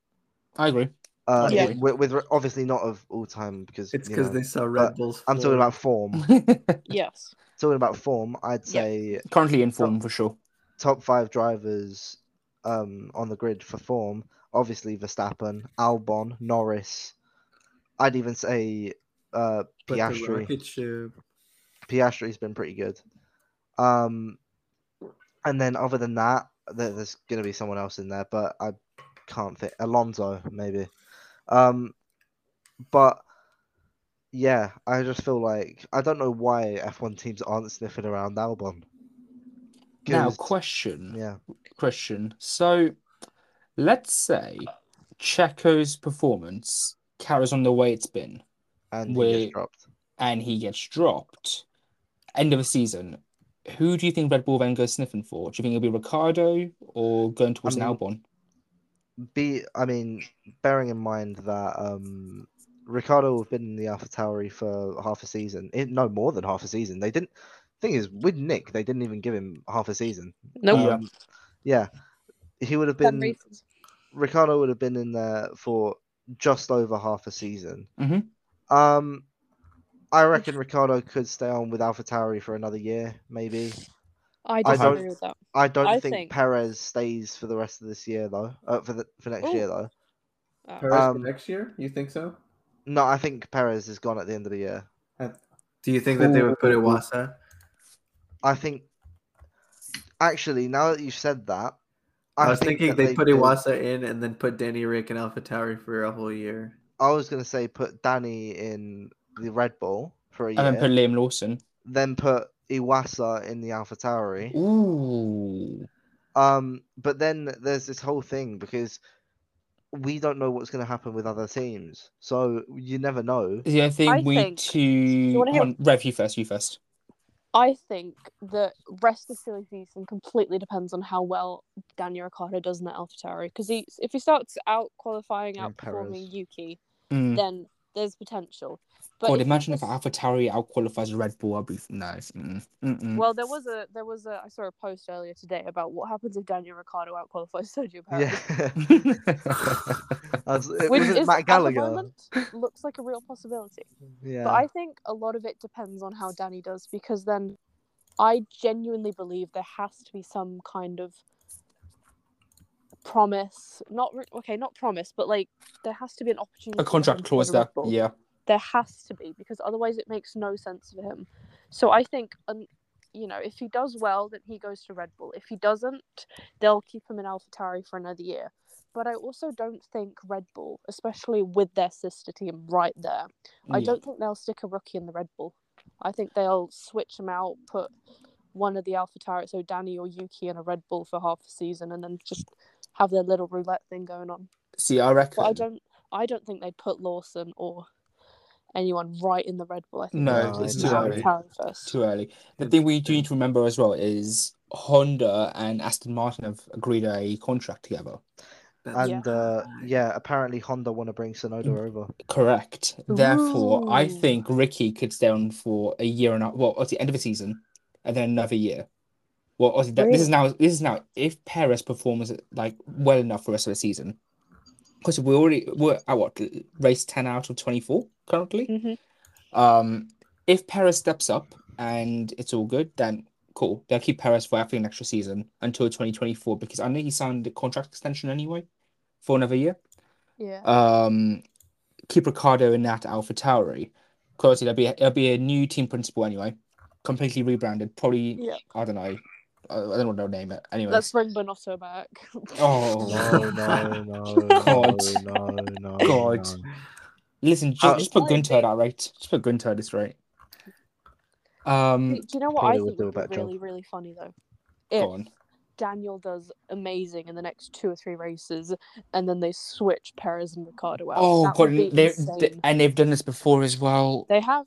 Speaker 1: I agree.
Speaker 2: Uh,
Speaker 1: Yeah.
Speaker 2: it- with, with re- obviously not of all time because
Speaker 4: It's
Speaker 2: you
Speaker 4: because
Speaker 2: know,
Speaker 4: they saw
Speaker 2: but
Speaker 4: Red Bulls.
Speaker 2: I'm talking
Speaker 4: fall.
Speaker 2: about form.
Speaker 3: yes.
Speaker 2: talking about form, I'd
Speaker 3: Yeah.
Speaker 2: say
Speaker 1: Currently in form for sure.
Speaker 2: top five drivers um, on the grid for form. Obviously Verstappen, Albon, Norris. I'd even say uh,
Speaker 4: But the
Speaker 2: Piastri.
Speaker 4: rocket ship-
Speaker 2: Piastri's been pretty good. Um, and then other than that, there, there's going to be someone else in there, but I can't think. Alonso, maybe. Um, but yeah, I just feel like I don't know why F1 teams aren't sniffing around Albon.
Speaker 1: Now,
Speaker 2: 'Cause-
Speaker 1: question.
Speaker 2: yeah,
Speaker 1: Question. So, let's say Checo's performance carries on the way it's been,
Speaker 2: and he gets
Speaker 1: Wait.
Speaker 2: dropped.
Speaker 1: and he gets dropped. End of the season. Who do you think Red Bull then goes sniffing for? Do you think it'll be Ricardo or going towards
Speaker 2: mean,
Speaker 1: an Albon?
Speaker 2: Be, I mean, bearing in mind that um, Ricardo have been in the AlphaTauri for half a season. It, no, more than half a season. They didn't. Thing is, with Nick, they didn't even give him half a season.
Speaker 3: Nope.
Speaker 1: Yeah.
Speaker 2: Um, yeah. He would have
Speaker 3: Ten
Speaker 2: been
Speaker 3: races.
Speaker 2: Ricardo would have been in there for just over half a season.
Speaker 1: Mhm.
Speaker 2: Um, I reckon Ricardo could stay on with AlphaTauri for another year, maybe.
Speaker 3: I
Speaker 2: I
Speaker 3: disagree
Speaker 2: don't-
Speaker 3: with that.
Speaker 2: I don't
Speaker 3: I
Speaker 2: think,
Speaker 3: think-
Speaker 2: Perez stays for the rest of this year though. Uh, for the for next
Speaker 3: Ooh.
Speaker 2: year though.
Speaker 3: Uh,
Speaker 4: Paris for
Speaker 2: Um,
Speaker 4: next year? You think so?
Speaker 2: No, I think Perez is gone at the end of the year.
Speaker 4: Do you think that they would put
Speaker 1: Ooh.
Speaker 4: Iwasa?
Speaker 2: I think. Actually, now that you've said that,
Speaker 4: I, was
Speaker 2: think
Speaker 4: thinking
Speaker 2: that
Speaker 4: they, put
Speaker 2: could-
Speaker 4: Iwasa in and then put Danny Rick and Alpha for a whole year.
Speaker 2: I was gonna say put Danny in the Red Bull for a year.
Speaker 1: And then put Liam Lawson.
Speaker 2: then put Iwasa in the AlphaTauri.
Speaker 1: Ooh.
Speaker 2: Um, but then there's this whole thing because we don't know what's going to happen with other teams, so you never know.
Speaker 1: Yeah, I think
Speaker 3: I
Speaker 1: we
Speaker 3: think-
Speaker 1: to
Speaker 3: you wanna hear-
Speaker 1: on, Rev you first, you first.
Speaker 3: I think the rest of the silly season completely depends on how well Daniel Ricciardo does in that AlphaTauri. Because he, if he starts out qualifying,
Speaker 2: And Perez.
Speaker 3: outperforming Yuki,
Speaker 1: Mm.
Speaker 3: then there's potential. But
Speaker 1: God,
Speaker 3: if he
Speaker 1: imagine if
Speaker 3: just-
Speaker 1: AlphaTauri outqualifies Red Bull. I'd be no. Mm, mm-mm.
Speaker 3: Well, there was a there was a I saw a post earlier today about what happens if Daniel Ricciardo outqualifies Sergio Perez,
Speaker 2: Yeah,
Speaker 1: mm.
Speaker 2: As- it
Speaker 3: which
Speaker 2: was
Speaker 3: is
Speaker 2: it Matt Gallagher.
Speaker 3: at the moment looks like a real possibility.
Speaker 2: yeah,
Speaker 3: But I think a lot of it depends on how Danny does because then I genuinely believe there has to be some kind of promise, not re- okay, not promise, but like there has to be an opportunity.
Speaker 1: a contract
Speaker 3: for him to
Speaker 1: clause
Speaker 3: go to Red
Speaker 1: there.
Speaker 3: Bull.
Speaker 1: Yeah.
Speaker 3: There has to be because otherwise it makes no sense for him. So I think, um, you know, if he does well, then he goes to Red Bull. If he doesn't, they'll keep him in AlphaTauri for another year. But I also don't think Red Bull, especially with their sister team right there, I
Speaker 1: yeah.
Speaker 3: don't think they'll stick a rookie in the Red Bull. I think they'll switch him out, put one of the Alpha Tyrants, so Danny or Yuki, in a Red Bull for half the season, and then just have their little roulette thing going on.
Speaker 1: See, I reckon.
Speaker 3: But I don't, I don't think they'd put Lawson or anyone right in the Red Bull. I think
Speaker 1: No,
Speaker 3: they'd
Speaker 2: it's
Speaker 3: keep
Speaker 2: too
Speaker 3: the
Speaker 2: early.
Speaker 3: Alphatari first.
Speaker 1: Too early. The thing we do need to remember as well is Honda and Aston Martin have agreed a contract together.
Speaker 4: That's-
Speaker 2: and uh, yeah, apparently Honda want to bring Sonoda
Speaker 1: Mm.
Speaker 2: over.
Speaker 1: Correct. Therefore, I
Speaker 3: Ooh.
Speaker 1: think Ricky could stay on for a year and a well, at the end of the season, and then another year. Well, obviously, that, this is now this is now if Perez performs like well enough for the rest of the season, because we already we're at what race ten out of twenty four currently.
Speaker 3: Mhm.
Speaker 1: Um, if Perez steps up and it's all good, then cool. They'll keep Perez for I think next season until twenty twenty four because I know he signed a contract extension anyway for another year
Speaker 3: Yeah.
Speaker 1: um, keep Ricardo in that Alpha Tauri. Because there'll be a, it'll be a new team principal anyway, completely rebranded. Probably
Speaker 3: Yeah.
Speaker 1: I don't know. I I don't know name it. Anyway,
Speaker 3: Let's bring Bonotto back.
Speaker 1: oh
Speaker 2: No, no, no,
Speaker 1: God.
Speaker 2: no, no,
Speaker 1: God.
Speaker 2: no.
Speaker 1: listen, just,
Speaker 2: Uh,
Speaker 1: just put
Speaker 3: I
Speaker 1: Gunter at that rate. Just put Gunter at this rate. Um,
Speaker 3: Do you know what I
Speaker 2: Mm, Probably would
Speaker 3: think
Speaker 2: do a
Speaker 3: would be
Speaker 2: better job.
Speaker 3: really, really funny though?
Speaker 1: go
Speaker 3: If
Speaker 1: on.
Speaker 3: Daniel does amazing in the next two or three races, and then they switch Perez and Ricardo out.
Speaker 1: Oh
Speaker 3: that would
Speaker 1: god,
Speaker 3: be
Speaker 1: they,
Speaker 3: insane.
Speaker 1: they- and they've done this before as well.
Speaker 3: They have.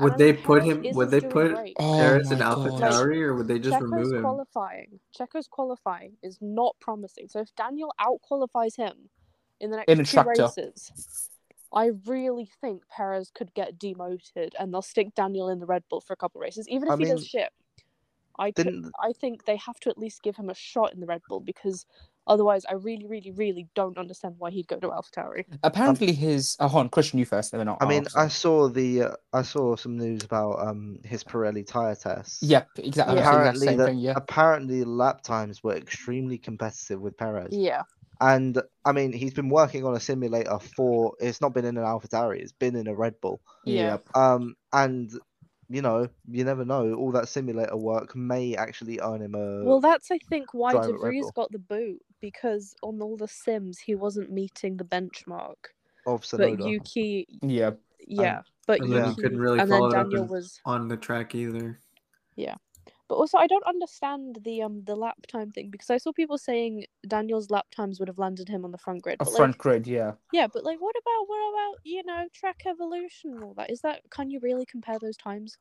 Speaker 4: Would
Speaker 3: And
Speaker 4: they
Speaker 3: Perez
Speaker 4: put him-
Speaker 3: isn't
Speaker 4: would they
Speaker 3: doing
Speaker 4: put-
Speaker 3: great.
Speaker 1: Oh
Speaker 4: Paris
Speaker 1: my
Speaker 4: and Alpha
Speaker 1: God.
Speaker 4: Tauri, or
Speaker 2: Oh.
Speaker 4: would they just
Speaker 3: Checo's
Speaker 4: remove him?
Speaker 3: qualifying. Checo's qualifying is not promising. So if Daniel out qualifies him in the next
Speaker 1: In a
Speaker 3: two
Speaker 1: tractor.
Speaker 3: races, I really think Perez could get demoted, and they'll stick Daniel in the Red Bull for a couple races, even if
Speaker 2: I
Speaker 3: he does
Speaker 2: mean,
Speaker 3: shit. I could-
Speaker 2: Didn't
Speaker 3: I think they have to at least give him a shot in the Red Bull because otherwise, I really, really, really don't understand why he'd go to AlphaTauri.
Speaker 1: Apparently, his oh, hold on, Christian, you first, and then I'll
Speaker 2: I mean,
Speaker 1: I'll-
Speaker 2: I saw the uh, I saw some news about um his Pirelli tire test.
Speaker 1: yep, exactly. Apparently,
Speaker 3: Yeah.
Speaker 2: Apparently,
Speaker 1: same
Speaker 2: the,
Speaker 1: thing, yeah.
Speaker 2: apparently lap times were extremely competitive with Perez.
Speaker 3: Yeah,
Speaker 2: And I mean, he's been working on a simulator for it's not been in an AlphaTauri, it's been in a Red Bull.
Speaker 3: yeah.
Speaker 1: Yep.
Speaker 2: Um, and you know, you never know. All that simulator work may actually earn him
Speaker 4: uh,
Speaker 2: a.
Speaker 3: Well, that's I think why
Speaker 2: drive at
Speaker 3: De
Speaker 2: Red
Speaker 3: Vries
Speaker 2: Bull.
Speaker 3: got the boot because on all the sims he wasn't meeting the benchmark.
Speaker 2: of
Speaker 3: But
Speaker 2: Sonoda.
Speaker 3: Yuki,
Speaker 1: Yeah.
Speaker 3: yeah, but
Speaker 4: and then
Speaker 3: Yuki,
Speaker 4: he couldn't really
Speaker 3: and then
Speaker 4: follow it up
Speaker 3: Daniel
Speaker 4: and-
Speaker 3: was.
Speaker 4: on the track either.
Speaker 3: But also, I don't understand the um the lap time thing because I saw people saying Daniel's lap times would have landed him on the front grid.
Speaker 1: A
Speaker 3: But
Speaker 1: front
Speaker 3: like,
Speaker 1: grid, yeah.
Speaker 3: yeah, but like, what about what about you know track evolution and all that? Is that can you really compare those times,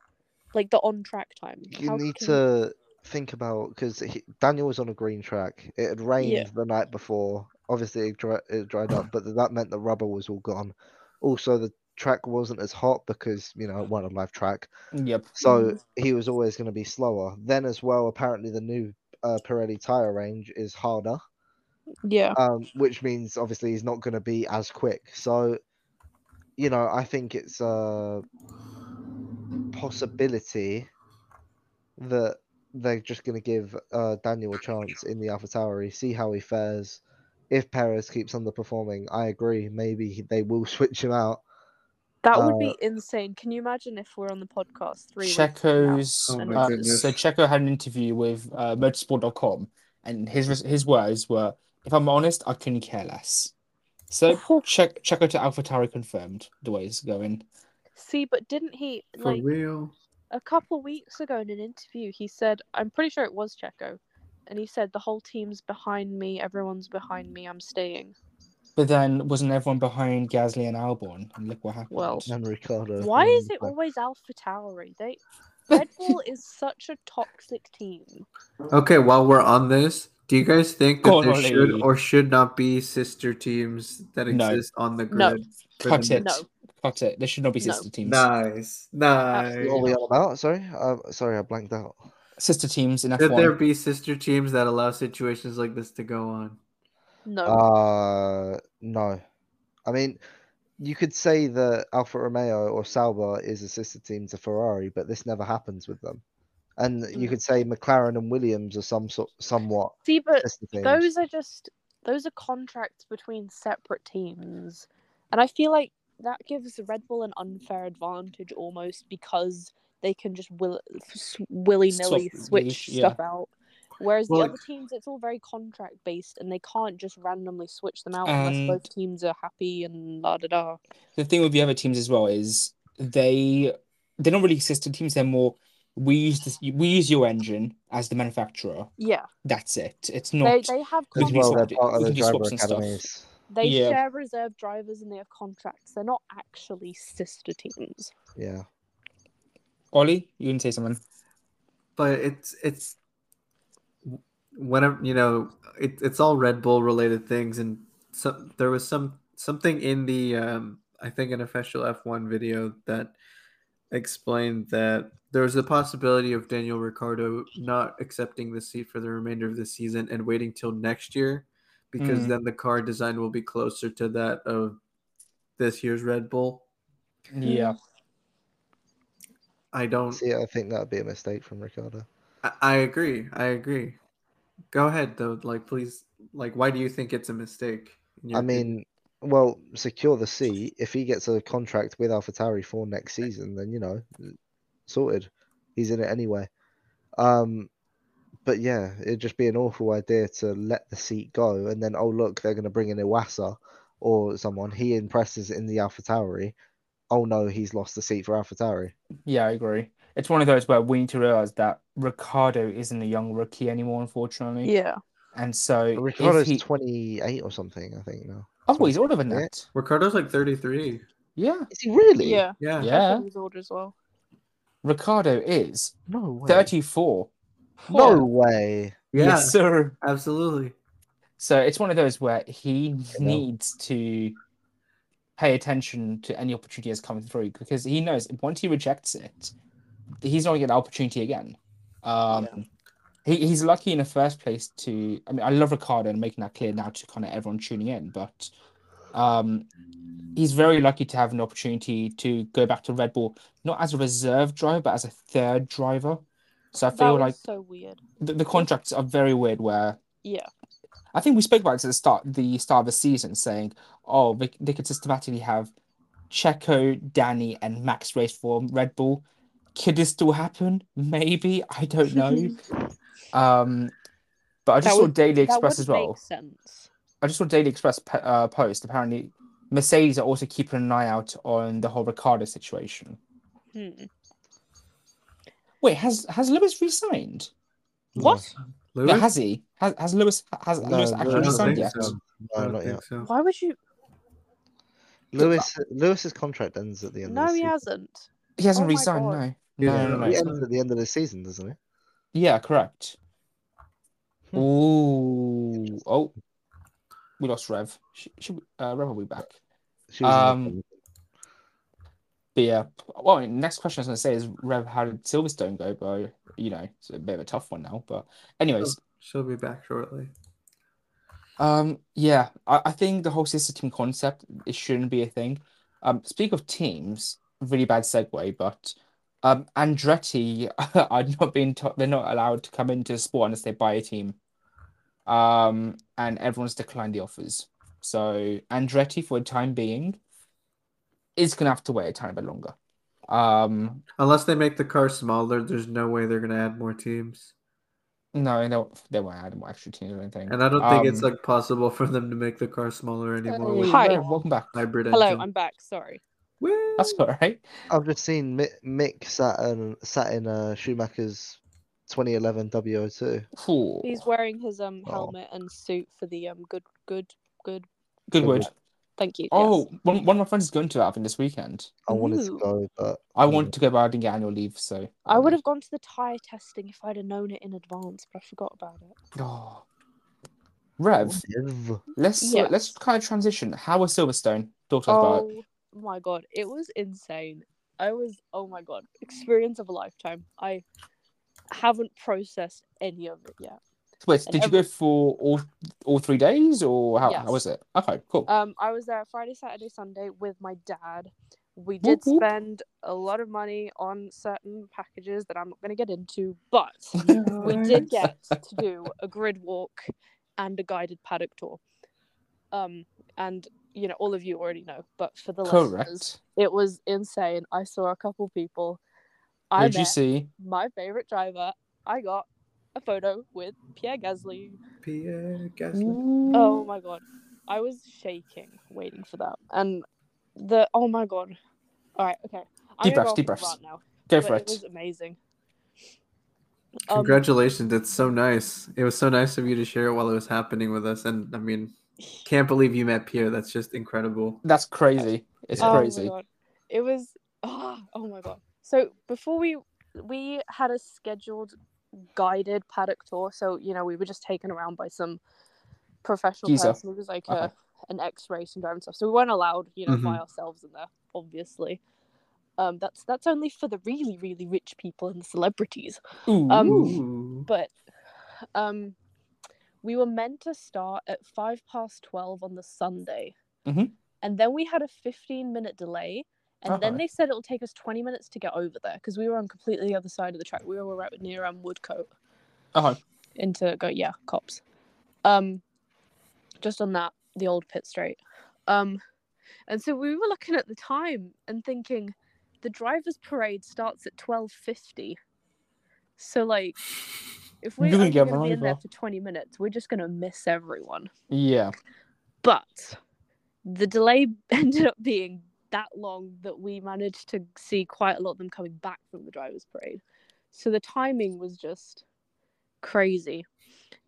Speaker 3: like the on track time?
Speaker 2: You
Speaker 3: How
Speaker 2: need
Speaker 3: can-
Speaker 2: to think about because Daniel was on a green track. It had rained the night before. Obviously, it, dri- it dried up, but that meant the rubber was all gone. Also, the track wasn't as hot because you know it wasn't a live track,
Speaker 1: Yep.
Speaker 2: so
Speaker 3: Mm.
Speaker 2: he was always going to be slower. Then, as well, apparently the new uh, Pirelli tire range is harder,
Speaker 3: Yeah,
Speaker 2: um, which means obviously he's not going to be as quick. So, you know, I think it's a possibility that they're just going to give uh, Daniel a chance in the AlphaTauri, see how he fares. If Perez keeps underperforming, I agree. Maybe he- they will switch him out.
Speaker 3: that
Speaker 2: uh,
Speaker 3: would be insane. Can you imagine if we're on the podcast three? weeks from now?
Speaker 1: Checo's
Speaker 4: Oh my
Speaker 1: uh,
Speaker 4: goodness.
Speaker 1: so Checo had an interview with uh, motorsport.com and his res- his words were if I'm honest I couldn't care less. So
Speaker 3: Oh.
Speaker 1: check Checo to AlphaTauri confirmed the way it's going.
Speaker 3: See, but didn't he
Speaker 4: For
Speaker 3: like?
Speaker 4: real.
Speaker 3: a couple weeks ago in an interview, he said, I'm pretty sure it was Checo, and he said, The whole team's behind me, everyone's behind me, I'm staying.
Speaker 1: But then wasn't everyone behind Gasly and Albon and look what happened.
Speaker 3: Well,
Speaker 2: And Ricardo.
Speaker 3: Why
Speaker 2: and
Speaker 3: is it
Speaker 2: Leclerc.
Speaker 3: always Alpha Tauri? They Red Bull is such a toxic team.
Speaker 4: Okay, while we're on this, do you guys think that there
Speaker 1: Golly.
Speaker 4: should or should not be sister teams that
Speaker 1: No.
Speaker 4: exist on the
Speaker 3: No.
Speaker 4: grid? for
Speaker 1: cut
Speaker 4: the
Speaker 1: it.
Speaker 3: No.
Speaker 1: Cut it. There should not be
Speaker 3: No.
Speaker 1: sister teams.
Speaker 4: Nice,
Speaker 3: Absolutely.
Speaker 4: nice.
Speaker 2: What are we on about? Sorry, uh, sorry, I blanked out.
Speaker 1: Sister teams in
Speaker 4: Should
Speaker 1: F1.
Speaker 4: there be sister teams that allow situations like this to go on?
Speaker 3: No.
Speaker 2: Uh, no. I mean, you could say that Alfa Romeo or Sauber is a sister team to Ferrari, but this never happens with them. And you
Speaker 3: Mm.
Speaker 2: could say McLaren and Williams are some sort, somewhat
Speaker 3: See, but
Speaker 2: sister teams.
Speaker 3: those are just those are contracts between separate teams. And I feel like that gives Red Bull an unfair advantage almost because they can just will willy nilly
Speaker 1: Swap-
Speaker 3: switch
Speaker 1: yeah.
Speaker 3: stuff out. Whereas
Speaker 4: Well,
Speaker 3: the other teams, it's all very contract based, and they can't just randomly switch them out
Speaker 1: And-
Speaker 3: unless both teams are happy and la da da.
Speaker 1: the thing with the other teams as well is they they're not really sister teams. They're more we use this, we use your engine as the manufacturer.
Speaker 3: Yeah,
Speaker 1: That's it. It's
Speaker 3: they,
Speaker 1: not.
Speaker 3: they have
Speaker 1: we can
Speaker 2: as
Speaker 1: do
Speaker 3: contracts.
Speaker 2: well,
Speaker 1: something-
Speaker 2: they're part of
Speaker 1: we
Speaker 2: the
Speaker 1: can do
Speaker 2: driver
Speaker 1: swaps and stuff.
Speaker 2: academies.
Speaker 3: They
Speaker 1: yeah.
Speaker 3: share reserve drivers and they have contracts. They're not actually sister teams.
Speaker 2: Yeah.
Speaker 1: Ollie, you can say something.
Speaker 4: but it's it's whenever you know it, it's all red bull related things and so there was some something in the um i think an official f1 video that explained that there was the possibility of Daniel Ricciardo not accepting the seat for the remainder of the season and waiting till next year because
Speaker 1: Mhm.
Speaker 4: then the car design will be closer to that of this year's Red Bull.
Speaker 1: Yeah.
Speaker 4: I
Speaker 1: Um,
Speaker 4: don't
Speaker 2: See, I think that'd be a mistake from Ricardo.
Speaker 4: I, I agree. I agree. Go ahead though. Like please like why do you think it's a mistake? in your
Speaker 2: I
Speaker 4: opinion?
Speaker 2: mean, well, secure the seat. If he gets a contract with AlphaTauri for next season, then you know, sorted. He's in it anyway. Um, but yeah, it'd just be an awful idea to let the seat go, and then oh look, they're going to bring in Iwasa or someone. He impresses in the AlphaTauri. Oh no, he's lost the seat for AlphaTauri.
Speaker 1: Yeah, I agree. It's one of those where we need to realize that Ricardo isn't a young rookie anymore, unfortunately.
Speaker 3: Yeah.
Speaker 1: And so if
Speaker 2: Ricardo's
Speaker 1: he...
Speaker 2: twenty-eight or something, I think now.
Speaker 1: oh, he's older than
Speaker 2: Yeah.
Speaker 1: that.
Speaker 4: Ricardo's like 33.
Speaker 1: Yeah,
Speaker 2: Is he really?
Speaker 3: Yeah.
Speaker 4: Yeah.
Speaker 3: I
Speaker 1: yeah.
Speaker 3: thought he was older as well.
Speaker 1: Ricardo is
Speaker 2: No way.
Speaker 1: thirty-four.
Speaker 2: No way.
Speaker 4: Yeah,
Speaker 1: Yes, sir.
Speaker 4: absolutely.
Speaker 1: So it's one of those where he
Speaker 2: know.
Speaker 1: needs to pay attention to any opportunity that's coming through because he knows once he rejects it, he's not gonna get an opportunity again. Um, he, he's lucky in the first place to. I mean, I love Ricardo and making that clear now to kind of everyone tuning in, but um, he's very lucky to have an opportunity to go back to Red Bull, not as a reserve driver, but as a third driver. So I
Speaker 3: that
Speaker 1: feel
Speaker 3: was
Speaker 1: like
Speaker 3: so weird.
Speaker 1: the, the contracts are very weird where
Speaker 3: Yeah.
Speaker 1: I think we spoke about it at the start, the start of the season, saying, "Oh, they, they could systematically have Checo, Danny, and Max race for Red Bull." Could this still happen? Maybe I don't know. um, but I just
Speaker 3: That
Speaker 1: saw
Speaker 3: would-
Speaker 1: Daily
Speaker 3: that would
Speaker 1: Express as well.
Speaker 3: make sense.
Speaker 1: I just saw Daily Express pe- uh, post. Apparently, Mercedes are also keeping an eye out on the whole Ricardo situation.
Speaker 3: Hmm.
Speaker 1: Wait, has has Lewis resigned?
Speaker 3: What?
Speaker 4: Lewis?
Speaker 1: No, has he? Has, has Lewis has,
Speaker 2: No,
Speaker 1: Lewis
Speaker 4: I
Speaker 1: actually
Speaker 4: don't
Speaker 2: Lewis
Speaker 1: resigned
Speaker 4: think
Speaker 1: yet?
Speaker 4: so. I
Speaker 2: No,
Speaker 4: don't
Speaker 2: not
Speaker 4: think
Speaker 2: yet.
Speaker 4: so.
Speaker 3: Why would you?
Speaker 2: Lewis Lewis's contract ends at the end. of
Speaker 3: No,
Speaker 2: the
Speaker 3: he
Speaker 2: season.
Speaker 3: hasn't.
Speaker 1: He hasn't
Speaker 3: Oh my
Speaker 1: resigned.
Speaker 3: God.
Speaker 1: No.
Speaker 4: Yeah,
Speaker 1: No, no, no.
Speaker 2: He
Speaker 4: Right.
Speaker 2: ends at the end of the season, doesn't he?
Speaker 1: Yeah, correct.
Speaker 2: Hmm.
Speaker 1: Ooh. Oh. We lost Rev. Should, should we, uh, Rev will be back.
Speaker 2: She was in the
Speaker 1: Um,
Speaker 2: team.
Speaker 1: But yeah. Well, next question I was going to say is Rev, how did Silverstone go? But, you know, it's a bit of a tough one now. But, anyways,
Speaker 4: She'll be back shortly.
Speaker 1: um, yeah, I, I think the whole sister team concept, it shouldn't be a thing. Um, speak of teams, really bad segue, but um, Andretti are not being to- they're not allowed to come into the sport unless they buy a team. Um, and everyone's declined the offers. So Andretti, for the time being, is gonna have to wait a tiny bit longer. Um,
Speaker 4: Unless they make the car smaller, there's no way they're gonna add more teams.
Speaker 1: no, no, they won't add more extra teams or anything.
Speaker 4: And I don't think it's
Speaker 1: Um,
Speaker 4: like possible for them to make the car smaller anymore with
Speaker 1: hey,
Speaker 3: Hi.
Speaker 1: Rev, welcome back.
Speaker 4: hybrid
Speaker 3: Hello,
Speaker 4: engine.
Speaker 3: I'm back. Sorry.
Speaker 4: Woo!
Speaker 1: That's all right.
Speaker 2: I've just seen Mick, Mick sat in sat in uh, Schumacher's 2011 W02.
Speaker 1: Ooh,
Speaker 3: He's wearing his um
Speaker 2: Oh.
Speaker 3: helmet and suit for the um good good good.
Speaker 1: Goodwood.
Speaker 3: Thank you. yes.
Speaker 1: Oh, one, one of my friends is going to that I think this weekend.
Speaker 2: I wanted to
Speaker 3: Ooh.
Speaker 2: go, but
Speaker 1: I
Speaker 2: Mm.
Speaker 1: wanted to go, but I didn't get annual leave, so
Speaker 3: Hmm. I would have gone to the tire testing if I'd have known it in advance, but I forgot about it.
Speaker 1: Oh. Rev,
Speaker 2: Liv.
Speaker 1: let's
Speaker 3: Yes.
Speaker 1: let's kind of transition. How was Silverstone? Talk to us about
Speaker 3: Oh
Speaker 1: it.
Speaker 3: my god, it was insane. I was oh my god, experience of a lifetime. I haven't processed any of it yet.
Speaker 1: Wait,
Speaker 3: and
Speaker 1: did you
Speaker 3: every-
Speaker 1: go for all all three days, or how,
Speaker 3: Yes.
Speaker 1: how was it? Okay, cool.
Speaker 3: Um, I was there Friday, Saturday, Sunday with my dad. We
Speaker 1: Whoop,
Speaker 3: did
Speaker 1: whoop.
Speaker 3: spend a lot of money on certain packages that I'm not going to get into, but we did get to do a grid walk and a guided paddock tour. Um, and you know, all of you already know, but for the listeners,
Speaker 1: Correct.
Speaker 3: it was insane. I saw a couple people. I
Speaker 1: Did you
Speaker 3: met
Speaker 1: see?
Speaker 3: my favorite driver. I got a photo with Pierre Gasly.
Speaker 4: Pierre Gasly.
Speaker 3: Oh my god. I was shaking waiting for that. And the oh my god. All right, okay. I'm
Speaker 1: Deep
Speaker 3: gonna
Speaker 1: breaths,
Speaker 3: go
Speaker 1: deep breaths.
Speaker 3: off on a rant now.
Speaker 1: Go
Speaker 3: but
Speaker 1: for
Speaker 3: It
Speaker 1: it.
Speaker 3: was amazing. Um,
Speaker 4: Congratulations. It's so nice. It was so nice of you to share it while it was happening with us. And I mean, can't believe you met Pierre. That's just incredible.
Speaker 1: That's crazy. It's
Speaker 4: Yeah.
Speaker 3: oh
Speaker 1: crazy.
Speaker 3: my god. It was oh, oh my god. So before we we had a scheduled guided paddock tour. So, you know, we were just taken around by some professional
Speaker 1: Geezer.
Speaker 3: person. It was like
Speaker 1: Okay. Mm-hmm.
Speaker 3: a, an ex race and driving stuff. So we weren't allowed, you know, by
Speaker 4: Mhm.
Speaker 3: ourselves in there, obviously. Um, that's that's only for the really really rich people and the celebrities.
Speaker 1: Ooh.
Speaker 3: Um,
Speaker 4: Ooh.
Speaker 3: But um, we were meant to start at five past twelve on the Sunday,
Speaker 1: Mhm.
Speaker 3: and then we had a fifteen minute delay. And
Speaker 1: Uh-huh.
Speaker 3: then they said it'll take us 20 minutes to get over there because we were on completely the other side of the track. We were right near um, Woodcote.
Speaker 1: Uh-huh.
Speaker 3: into go yeah cops um just on that the old pit straight um and so we were looking at the time and thinking the drivers parade starts at 12.50 so like if we're
Speaker 1: You're gonna
Speaker 3: only
Speaker 1: get
Speaker 3: gonna be in there
Speaker 1: over.
Speaker 3: for 20 minutes we're just gonna miss everyone
Speaker 1: Yeah.
Speaker 3: but the delay ended up being that long that we managed to see quite a lot of them coming back from the drivers parade so the timing was just crazy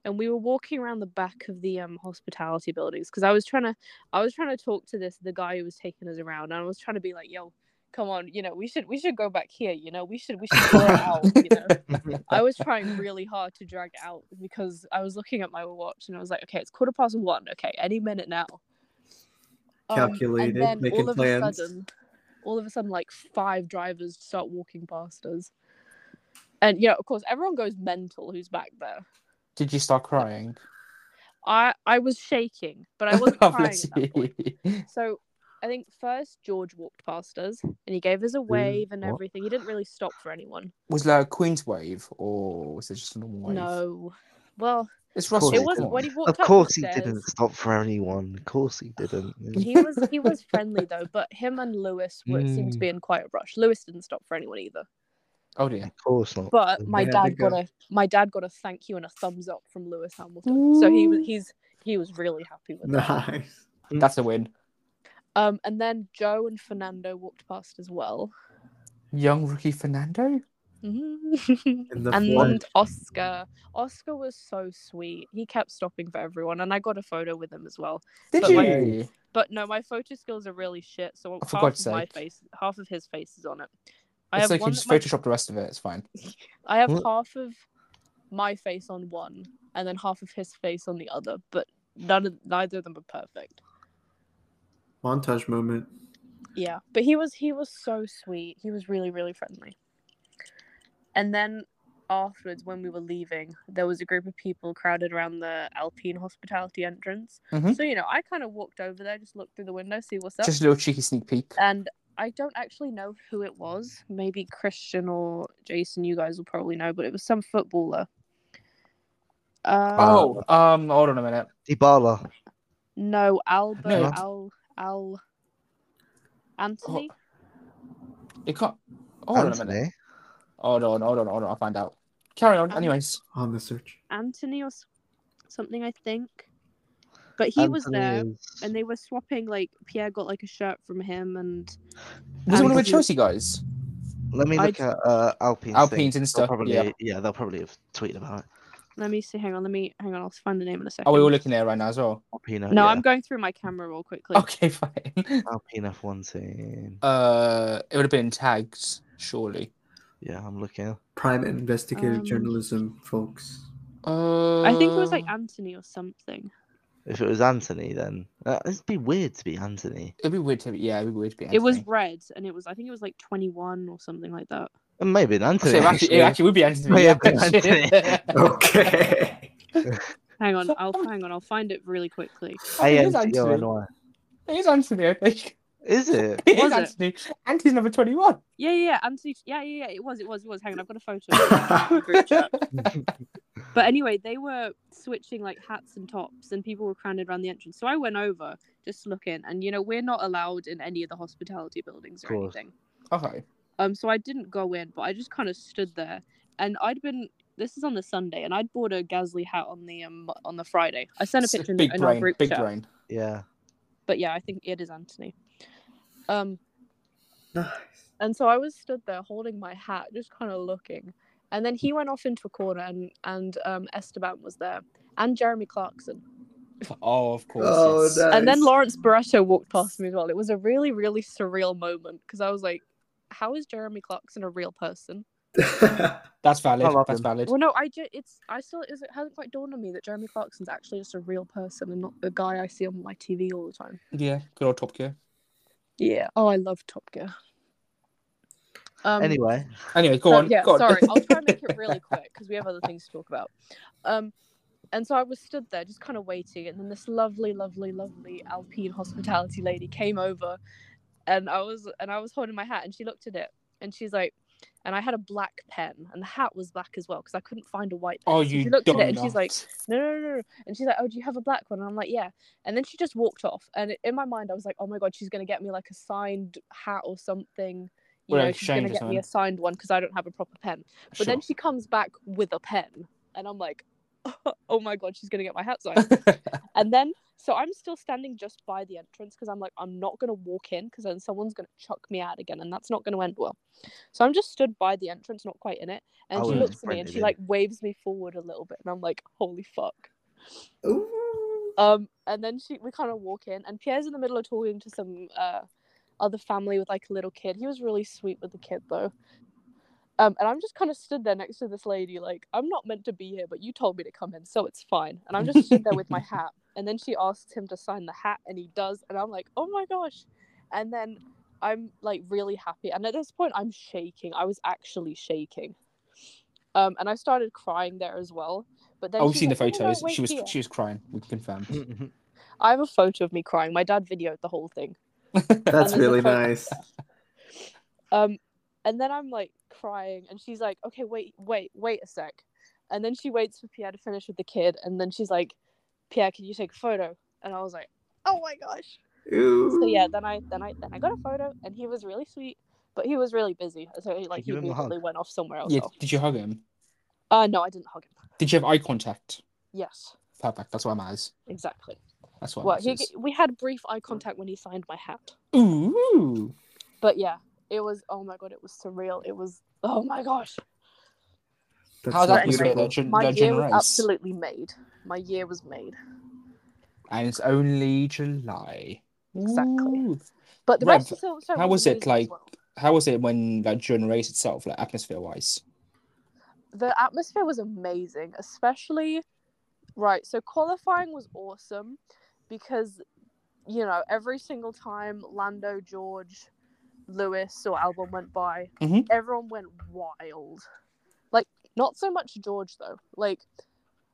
Speaker 3: and we were walking around the back of the um, hospitality buildings because i was trying to i was trying to talk to this the guy who was taking us around and i was trying to be like yo come on you know we should we should go back here you know we should we should go out you know I was trying really hard to drag it out because I was looking at my watch and I was like, okay, it's quarter past one. Okay, any minute now. Um,
Speaker 4: Calculated, making
Speaker 3: all of a
Speaker 4: plans.
Speaker 3: sudden, all of a sudden, like five drivers start walking past us, and you know, of course, everyone goes mental who's back there.
Speaker 1: Did you start crying?
Speaker 3: I I was shaking, but I wasn't
Speaker 1: Oh,
Speaker 3: crying. At
Speaker 1: bless
Speaker 3: that point.
Speaker 1: you.
Speaker 3: So I think first George walked past us and he gave us a wave and
Speaker 1: what?
Speaker 3: everything. He didn't really stop for anyone.
Speaker 1: Was there a Queen's wave or was it just a normal wave?
Speaker 3: No, well,
Speaker 1: It's
Speaker 2: course
Speaker 1: Russell.
Speaker 3: it
Speaker 2: he
Speaker 3: was
Speaker 1: come on.
Speaker 3: when he walked.
Speaker 2: Of
Speaker 3: up
Speaker 2: course he
Speaker 3: the stairs-
Speaker 2: didn't stop for anyone. Of course he didn't.
Speaker 3: he was he was friendly though, but him and Lewis were, seemed to
Speaker 2: Mm.
Speaker 3: be in quite a rush. Lewis didn't stop for anyone either.
Speaker 1: Oh dear.
Speaker 2: Of course not.
Speaker 3: But my
Speaker 4: had to
Speaker 3: dad
Speaker 4: go.
Speaker 3: got a my dad got a thank you and a thumbs up from Lewis Hamilton. So he was he's he was really happy with that.
Speaker 4: Nice.
Speaker 1: That's a win.
Speaker 3: Um, and then Joe and Fernando walked past as well,
Speaker 1: Young rookie Fernando?
Speaker 3: Mhm.
Speaker 4: In the
Speaker 3: and
Speaker 4: flood.
Speaker 3: Oscar. Oscar was so sweet. He kept stopping for everyone, and I got a photo with him as well.
Speaker 1: Did
Speaker 3: But,
Speaker 1: you?
Speaker 3: like, But no, my photo skills are really shit. So
Speaker 1: For
Speaker 3: half
Speaker 1: God's
Speaker 3: of my
Speaker 1: sake.
Speaker 3: face, half of his face is on it. I
Speaker 1: it's
Speaker 3: have
Speaker 1: okay,
Speaker 3: one
Speaker 1: just
Speaker 3: that my
Speaker 1: Photoshop the rest of it. It's fine.
Speaker 3: I have
Speaker 2: What?
Speaker 3: half of my face on one, and then half of his face on the other, but none of neither of them are perfect.
Speaker 4: Montage moment.
Speaker 3: Yeah, but he was he was so sweet. He was really really friendly. And then afterwards, when we were leaving, there was a group of people crowded around the Alpine hospitality entrance.
Speaker 1: Mhm.
Speaker 3: So you know, I kind of walked over there, just looked through the window, see what's up,
Speaker 1: Just a little cheeky sneak peek.
Speaker 3: and. I don't actually know who it was. Maybe Christian or Jason, you guys will probably know, but it was some footballer. Uh,
Speaker 1: oh, um, hold on a minute.
Speaker 2: Dybala.
Speaker 3: No, Albert
Speaker 1: No.
Speaker 3: Al Al Anthony.
Speaker 1: Oh. It can't. Hold on a minute.
Speaker 2: Anthony.
Speaker 1: Hold on, hold on, hold on. I'll find out. Carry on.
Speaker 3: Um,
Speaker 1: Anyways,
Speaker 4: On the search.
Speaker 3: Anthony or s- something, I think. But he was
Speaker 2: Anthony
Speaker 3: there,
Speaker 2: is-
Speaker 3: and they were swapping. Like Pierre got like a shirt from him, and
Speaker 1: was it one of the
Speaker 3: Anthony-
Speaker 1: Chelsea guys?
Speaker 2: Let me
Speaker 3: I-
Speaker 2: look at uh, Alpine's.
Speaker 1: Alpine's
Speaker 2: thing.
Speaker 1: Insta,
Speaker 2: They'll Probably,
Speaker 1: yeah.
Speaker 2: they'll probably have tweeted about it.
Speaker 3: let me see. Hang on, let me hang on. I'll find the name in a second.
Speaker 1: Are Oh, we all looking at it right now as well?
Speaker 2: Alpine,
Speaker 3: no,
Speaker 2: yeah.
Speaker 3: I'm going through my camera real quickly.
Speaker 1: Okay, fine.
Speaker 2: Alpine F1 team.
Speaker 1: Uh, it would have been in tags, surely.
Speaker 2: Yeah, I'm looking.
Speaker 4: Prime investigative
Speaker 3: Um,
Speaker 4: journalism, folks.
Speaker 1: Uh,
Speaker 3: I think it was like Anthony or something.
Speaker 2: If it was Anthony, then uh, it'd be weird to be Anthony.
Speaker 1: It'd be weird to be. Yeah, it'd be weird to be.
Speaker 3: It was
Speaker 1: Anthony.
Speaker 3: red, and it was I think it was like twenty one or something like that.
Speaker 2: It may have been Anthony.
Speaker 1: Actually, it actually, it actually would be Anthony.
Speaker 2: Yeah, but
Speaker 4: Okay.
Speaker 3: Hang on,
Speaker 1: So-
Speaker 3: I'll hang on. I'll find it really quickly.
Speaker 1: It is Anthony.
Speaker 2: A-N-T-O-N-Y.
Speaker 1: It is Anthony. I think.
Speaker 2: Is it?
Speaker 1: It is
Speaker 3: Was it?
Speaker 1: Anthony. Anthony's number twenty-one.
Speaker 3: Yeah, yeah, yeah, Anthony. Yeah, yeah, yeah. It was, it was, it was. Hang on, I've got a photo. of it in the group chat. But anyway, they were switching like hats and tops, and people were crowded around the entrance. So I went over just to look in, and you know we're not allowed in any of the hospitality buildings
Speaker 2: Of
Speaker 3: or
Speaker 2: course.
Speaker 3: anything.
Speaker 1: Okay.
Speaker 3: Um, so I didn't go in, but I just kind of stood there, and I'd been. This is on the Sunday, and I'd bought a Gasly hat on the um on the Friday. I sent a
Speaker 1: It's a
Speaker 3: picture in,
Speaker 1: big
Speaker 3: in our
Speaker 1: brain.
Speaker 3: group
Speaker 1: Big
Speaker 3: chat,
Speaker 1: brain.
Speaker 2: yeah.
Speaker 3: but yeah, I think it is Anthony. Um,
Speaker 4: nice.
Speaker 3: and so I was stood there holding my hat, just kind of looking. And then he went off into a corner, and and um, Esteban was there, and Jeremy Clarkson.
Speaker 1: Oh, of course.
Speaker 4: Oh,
Speaker 1: yes.
Speaker 4: no.
Speaker 3: And then
Speaker 4: Nice.
Speaker 3: Lawrence Barretto walked past me as well. It was a really, really surreal moment because I was like, "How is Jeremy Clarkson a real person?"
Speaker 1: That's valid.
Speaker 2: I love
Speaker 1: That's
Speaker 2: him.
Speaker 1: valid.
Speaker 3: Well, no, I ju- it's I still it hasn't quite dawned on me that Jeremy Clarkson's actually just a real person and not the guy I see on my TV all the time.
Speaker 1: Yeah, good old Top Gear.
Speaker 3: Yeah. Oh, I love Top Gear. Um,
Speaker 2: anyway,
Speaker 1: Anyway, go
Speaker 3: so-
Speaker 1: on.
Speaker 3: Yeah,
Speaker 1: go on.
Speaker 3: sorry. I'll try and make it really quick because we have other things to talk about. Um, and so I was stood there just kind of waiting, and then this lovely, lovely, lovely Alpine hospitality lady came over, and I was and I was holding my hat, and she looked at it, and she's like, and I had a black pen, and the hat was black as well because I couldn't find a white. Pen.
Speaker 1: oh,
Speaker 3: So
Speaker 1: you
Speaker 3: she looked
Speaker 1: don't
Speaker 3: at it, and she's like, no, no, no, no. And she's like, oh, do you have a black one? And I'm like, yeah. And then she just walked off. And i- in my mind, I was like, oh my God, she's going to get me like a signed hat or something. You
Speaker 1: Or
Speaker 3: know,
Speaker 1: an
Speaker 3: she's going to
Speaker 1: exchange or
Speaker 3: get me a signed one because I don't have a proper pen. But then she comes back with a pen. And I'm like, oh my God, she's going to get my hat signed. and then, so I'm still standing just by the entrance because I'm like, I'm not going to walk in because then someone's going to chuck me out again. And that's not going to end well. So I'm just stood by the entrance, not quite in it. And
Speaker 2: I
Speaker 3: she
Speaker 2: would've
Speaker 3: looks at me and
Speaker 2: sprinted
Speaker 3: she
Speaker 2: in.
Speaker 3: like waves me forward a little bit. And I'm like, holy fuck.
Speaker 4: Ooh.
Speaker 3: Um, and then she we kind of walk in, and Pierre's in the middle of talking to some uh, other family with like a little kid. He was really sweet with the kid though. Um, and I'm just kind of stood there next to this lady, like I'm not meant to be here, but you told me to come in, so it's fine. And I'm just stood there with my hat, and then she asks him to sign the hat, and he does, and I'm like, oh my gosh. And then I'm like really happy, and at this point I'm shaking. I was actually shaking. Um, and I started crying there as well. But then
Speaker 1: Oh, we've
Speaker 3: she's
Speaker 1: seen the
Speaker 3: like, "No, no, no,
Speaker 1: photos.
Speaker 3: wait Mm.
Speaker 1: She was
Speaker 3: here."
Speaker 1: she was crying. We can confirm.
Speaker 3: I have a photo of me crying. My dad videoed the whole thing.
Speaker 4: That's
Speaker 3: And there's a
Speaker 4: really
Speaker 3: photo-
Speaker 4: nice.
Speaker 3: Um, and then I'm like crying, and she's like, "Okay, wait, wait, wait a sec." And then she waits for Pierre to finish with the kid, and then she's like, "Pierre, can you take a photo?" And I was like, "Oh my gosh!"
Speaker 4: Ooh.
Speaker 3: So yeah, then I then I then I got a photo, and he was really sweet, but he was really busy, so he like he
Speaker 2: give him a hug?
Speaker 3: immediately went off somewhere else.
Speaker 1: Yeah,
Speaker 3: though.
Speaker 1: did you hug him?
Speaker 3: Uh, no, I didn't hug him.
Speaker 1: Did you have eye contact?
Speaker 3: Yes,
Speaker 1: Perfect. That's what I'm as.
Speaker 3: exactly.
Speaker 1: That's what.
Speaker 3: Well,
Speaker 1: I'm
Speaker 3: he, we had brief eye contact when he signed my hat.
Speaker 1: Ooh.
Speaker 3: But yeah, it was oh my god, it was surreal. It was oh my gosh.
Speaker 4: That's
Speaker 1: How's
Speaker 4: so
Speaker 1: that
Speaker 3: was
Speaker 1: respect
Speaker 4: beautiful.
Speaker 1: their, gen-
Speaker 3: My
Speaker 1: their
Speaker 3: year
Speaker 1: generace?
Speaker 3: was absolutely made. My year was made.
Speaker 1: And it's only July.
Speaker 3: Exactly.
Speaker 1: Ooh.
Speaker 3: But the
Speaker 1: Rev,
Speaker 3: rest of the so
Speaker 1: how was it,
Speaker 3: amazing as
Speaker 1: like-
Speaker 3: well.
Speaker 1: How was it when like during the race itself, like atmosphere wise?
Speaker 3: The atmosphere was amazing, especially right. So qualifying was awesome because you know every single time Lando, George, Lewis, or Albon went by,
Speaker 1: Mhm.
Speaker 3: everyone went wild. Like not so much George though. Like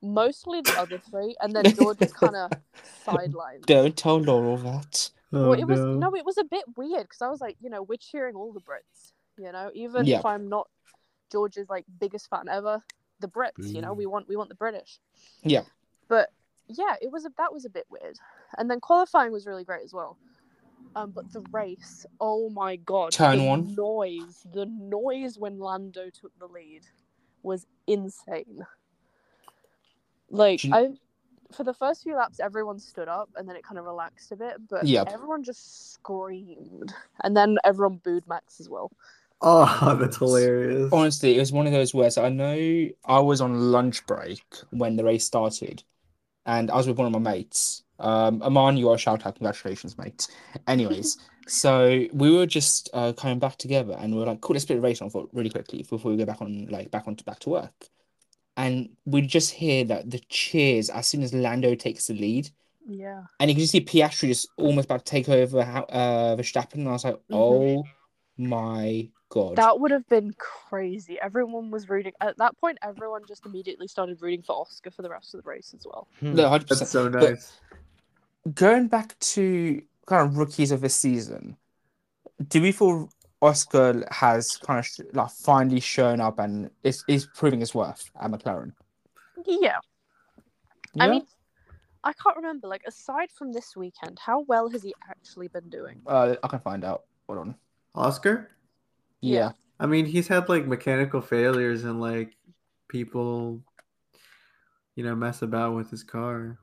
Speaker 3: mostly the other three, and then George was kind of sidelined.
Speaker 1: Don't tell Laurel that.
Speaker 4: Oh,
Speaker 3: well, it was
Speaker 4: no.
Speaker 3: no, it was a bit weird because I was like, you know, we're cheering all the Brits, you know, even
Speaker 1: Yeah.
Speaker 3: if I'm not George's like biggest fan ever, the Brits, you know,
Speaker 2: Boo.
Speaker 3: we want we want the British.
Speaker 1: Mm. Yeah.
Speaker 3: But yeah, it was a, that was a bit weird, and then qualifying was really great as well. Um, but the race, oh my god,
Speaker 1: Turn
Speaker 3: the
Speaker 1: one.
Speaker 3: noise, the noise when Lando took the lead was insane. Like
Speaker 1: Do you-
Speaker 3: I for the first few laps, everyone stood up and then it kind of relaxed a bit, but
Speaker 1: Yep.
Speaker 3: everyone just screamed. And then everyone booed Max as well.
Speaker 4: Oh, that's hilarious.
Speaker 1: Honestly, it was one of those where so I know I was on lunch break when the race started, and I was with one of my mates. Um, Aman, you are a shout out. Congratulations, mate. Anyways, so we were just uh, coming back together, and we were like, "Cool, let's split the race on for really quickly before we go back on, like back on to back to work." And we just hear that the cheers as soon as Lando takes the lead,
Speaker 3: Yeah.
Speaker 1: and you can just see Piastri just almost about to take over how, uh, Verstappen, and I was like, "Oh my God!"
Speaker 3: That would have been crazy. Everyone was rooting. At that point, everyone just immediately started rooting for Oscar for the rest of the race as well.
Speaker 1: No, 100%.
Speaker 4: That's so nice.
Speaker 1: going back to kind of rookies of this season, do we feel Oscar has kind of sh- like finally shown up and is, is proving his worth at McLaren?
Speaker 3: Yeah. I
Speaker 1: Yeah?
Speaker 3: mean, I can't remember. Like, aside from this weekend, how well has he actually been doing?
Speaker 1: uh, I can find out. Hold on.
Speaker 4: Oscar?
Speaker 1: Yeah.
Speaker 3: Yeah.
Speaker 4: I mean, he's had like mechanical failures and like people, you know, mess about with his car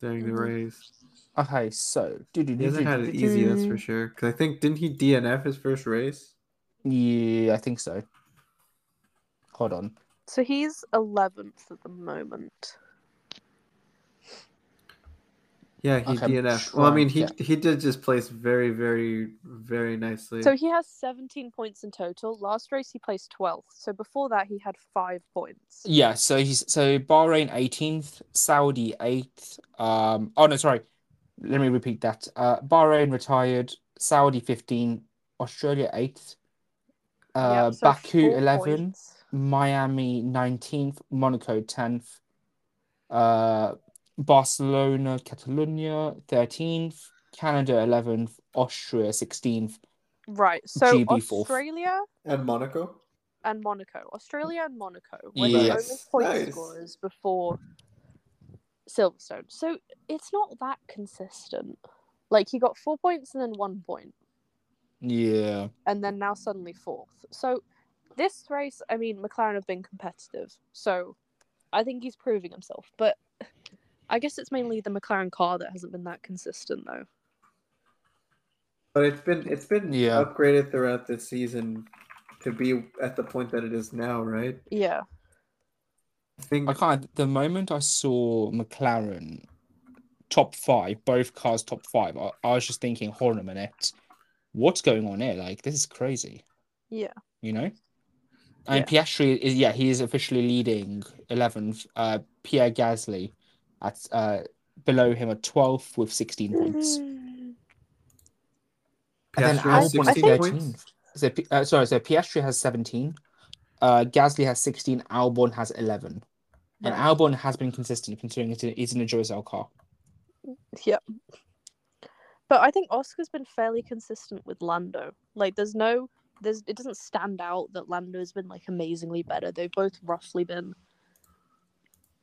Speaker 4: during the
Speaker 3: Mhm.
Speaker 1: Mm-hmm.
Speaker 4: race.
Speaker 1: Okay. So,
Speaker 4: He hasn't had it easy, that's for sure. Because I think didn't he DNF his first race?
Speaker 1: Yeah, I think so. Hold on.
Speaker 3: So he's 11th at the moment.
Speaker 4: Yeah, he
Speaker 1: Okay,
Speaker 4: DNF. Well, I mean, he
Speaker 1: sure,
Speaker 4: he did just place very, very, very nicely.
Speaker 3: So he has 17 points in total. Last race he placed 12th. So before that he had 5 points.
Speaker 1: Yeah. So he's so Bahrain 18th, Saudi 8th. Um. Oh no, sorry. Let me repeat that. Uh, Bahrain retired, Saudi 15, Australia 8th, Uh,
Speaker 3: Yep, so
Speaker 1: Baku
Speaker 3: four
Speaker 1: 11,
Speaker 3: points.
Speaker 1: Miami 19th, Monaco 10th, uh, Barcelona, Catalonia 13th, Canada 11th, Austria 16th.
Speaker 3: Right. So
Speaker 1: GB fourth.
Speaker 3: Australia
Speaker 4: And Monaco.
Speaker 3: and Monaco. Australia and Monaco were the only
Speaker 4: Yes.
Speaker 3: point
Speaker 4: Nice.
Speaker 3: scorers before Silverstone. So it's not that consistent. Like he got four points and then one point,
Speaker 1: Yeah.
Speaker 3: and then now suddenly fourth. So this race, I mean, McLaren have been competitive. So I think he's proving himself. But I guess it's mainly the McLaren car that hasn't been that consistent though.
Speaker 4: But it's been it's been
Speaker 1: Yeah.
Speaker 4: upgraded throughout this season to be at the point that it is now, right?
Speaker 3: Yeah.
Speaker 4: I think
Speaker 1: I can't. The moment I saw McLaren top five, both cars top five, I, I was just thinking, hold on a minute, what's going on here? Like this is crazy.
Speaker 3: Yeah.
Speaker 1: You know. And Piastri is yeah he is officially leading eleventh. Uh, Pierre Gasly at uh below him at twelfth with sixteen points. And then
Speaker 4: Piastri has
Speaker 1: Albon at
Speaker 4: 16
Speaker 3: I think-
Speaker 4: points.
Speaker 1: 13th. So, P- uh, sorry, so Piastri has 17, uh, Gasly has 16, Albon has 11. And
Speaker 3: Right.
Speaker 1: Albon has been consistent considering it's, it's an enjoy cell car.
Speaker 3: Yep. But I think Oscar's been fairly consistent with Lando. Like there's no there's it doesn't stand out that Lando's been like amazingly better. They've both roughly been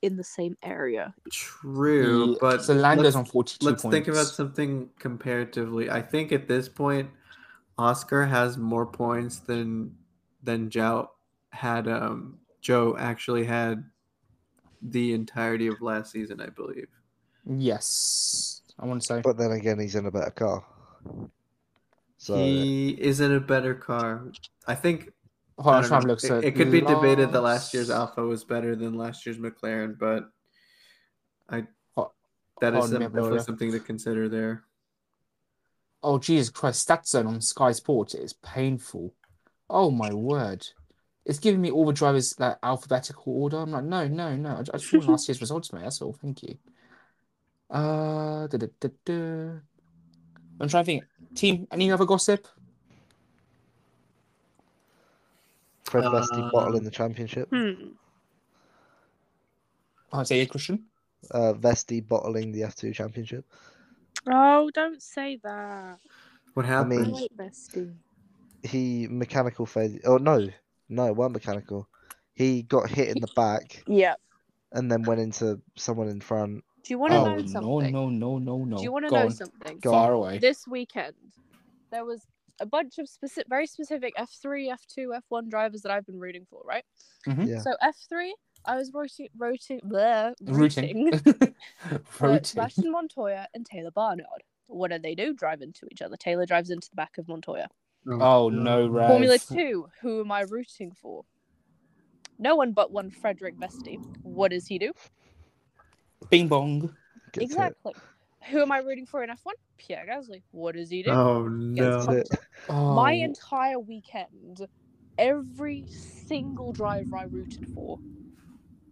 Speaker 3: in the same area.
Speaker 4: True,
Speaker 1: Yeah,
Speaker 4: but
Speaker 1: so Lando's
Speaker 4: let's-
Speaker 1: on 42
Speaker 4: let's
Speaker 1: points.
Speaker 4: think about something comparatively. I think at this point, Oscar has more points than than Joe had. Um, Joe actually had the entirety of last season, I believe.
Speaker 1: Yes, I want to say.
Speaker 2: But then again, he's in a better car. So
Speaker 4: he is in a better car. I think
Speaker 1: Hold
Speaker 4: I
Speaker 1: on,
Speaker 4: don't
Speaker 1: trying to
Speaker 4: know.
Speaker 1: look.
Speaker 4: It-
Speaker 1: So
Speaker 4: it, could be debated that last year's
Speaker 1: last-
Speaker 4: Alpha was better than last year's McLaren, but I
Speaker 1: Ho-
Speaker 4: that
Speaker 1: hold
Speaker 4: is
Speaker 1: on,
Speaker 4: some-
Speaker 1: we have no
Speaker 4: definitely
Speaker 1: idea.
Speaker 4: something to consider there.
Speaker 1: Oh, Jesus Christ. Stat zone on Sky Sports is painful. Oh, my word. It's giving me all the drivers that alphabetical order. I'm like, no, no, no. I, I just want last year's results, mate. That's all. Thank you. Uh, da, da, da, da. I'm trying to think. Team, any other gossip?
Speaker 2: Fred Bestie
Speaker 1: uh,
Speaker 2: bottle in
Speaker 4: Um,
Speaker 2: the championship.
Speaker 3: Hmm.
Speaker 1: I'd say yeah, Christian.
Speaker 2: Uh, Vesti bottling the F2 championship.
Speaker 3: Oh, don't say that.
Speaker 4: What
Speaker 2: I
Speaker 4: happened?
Speaker 2: mean,
Speaker 3: bestie.
Speaker 2: he mechanical failure. Oh no, no, it weren't mechanical. He got hit in the back
Speaker 3: Yeah.
Speaker 2: and then went into someone in front.
Speaker 3: Do you want to
Speaker 1: oh,
Speaker 3: know something?
Speaker 1: no, no, no, no, no.
Speaker 3: Do you want to
Speaker 1: Go
Speaker 3: know
Speaker 1: on.
Speaker 3: something?
Speaker 2: Go
Speaker 1: Far
Speaker 2: on.
Speaker 1: away.
Speaker 3: This weekend, there was a bunch of specific, very specific F3, F2, F1 drivers that I've been rooting for, right?
Speaker 1: Mhm.
Speaker 2: Yeah.
Speaker 3: So F3, I was rooting, rooting, bleh,
Speaker 1: Rooting.
Speaker 3: rooting for
Speaker 1: Rooting.
Speaker 3: Sebastian Montoya and Taylor Barnard. What do they do? Drive into each other. Taylor drives into the back of Montoya.
Speaker 1: Oh, no, Rev.
Speaker 3: Formula Two. Who am I rooting for? No one but one Frederick Vesti. What does he do?
Speaker 1: Bing bong.
Speaker 2: Gets hit.
Speaker 3: exactly. Who am I rooting for in F1? Pierre Gasly. What does he do?
Speaker 4: Oh
Speaker 3: Gets
Speaker 4: no!
Speaker 2: That's
Speaker 3: punched
Speaker 2: it.
Speaker 1: Oh,
Speaker 3: my entire weekend, every single driver I rooted for,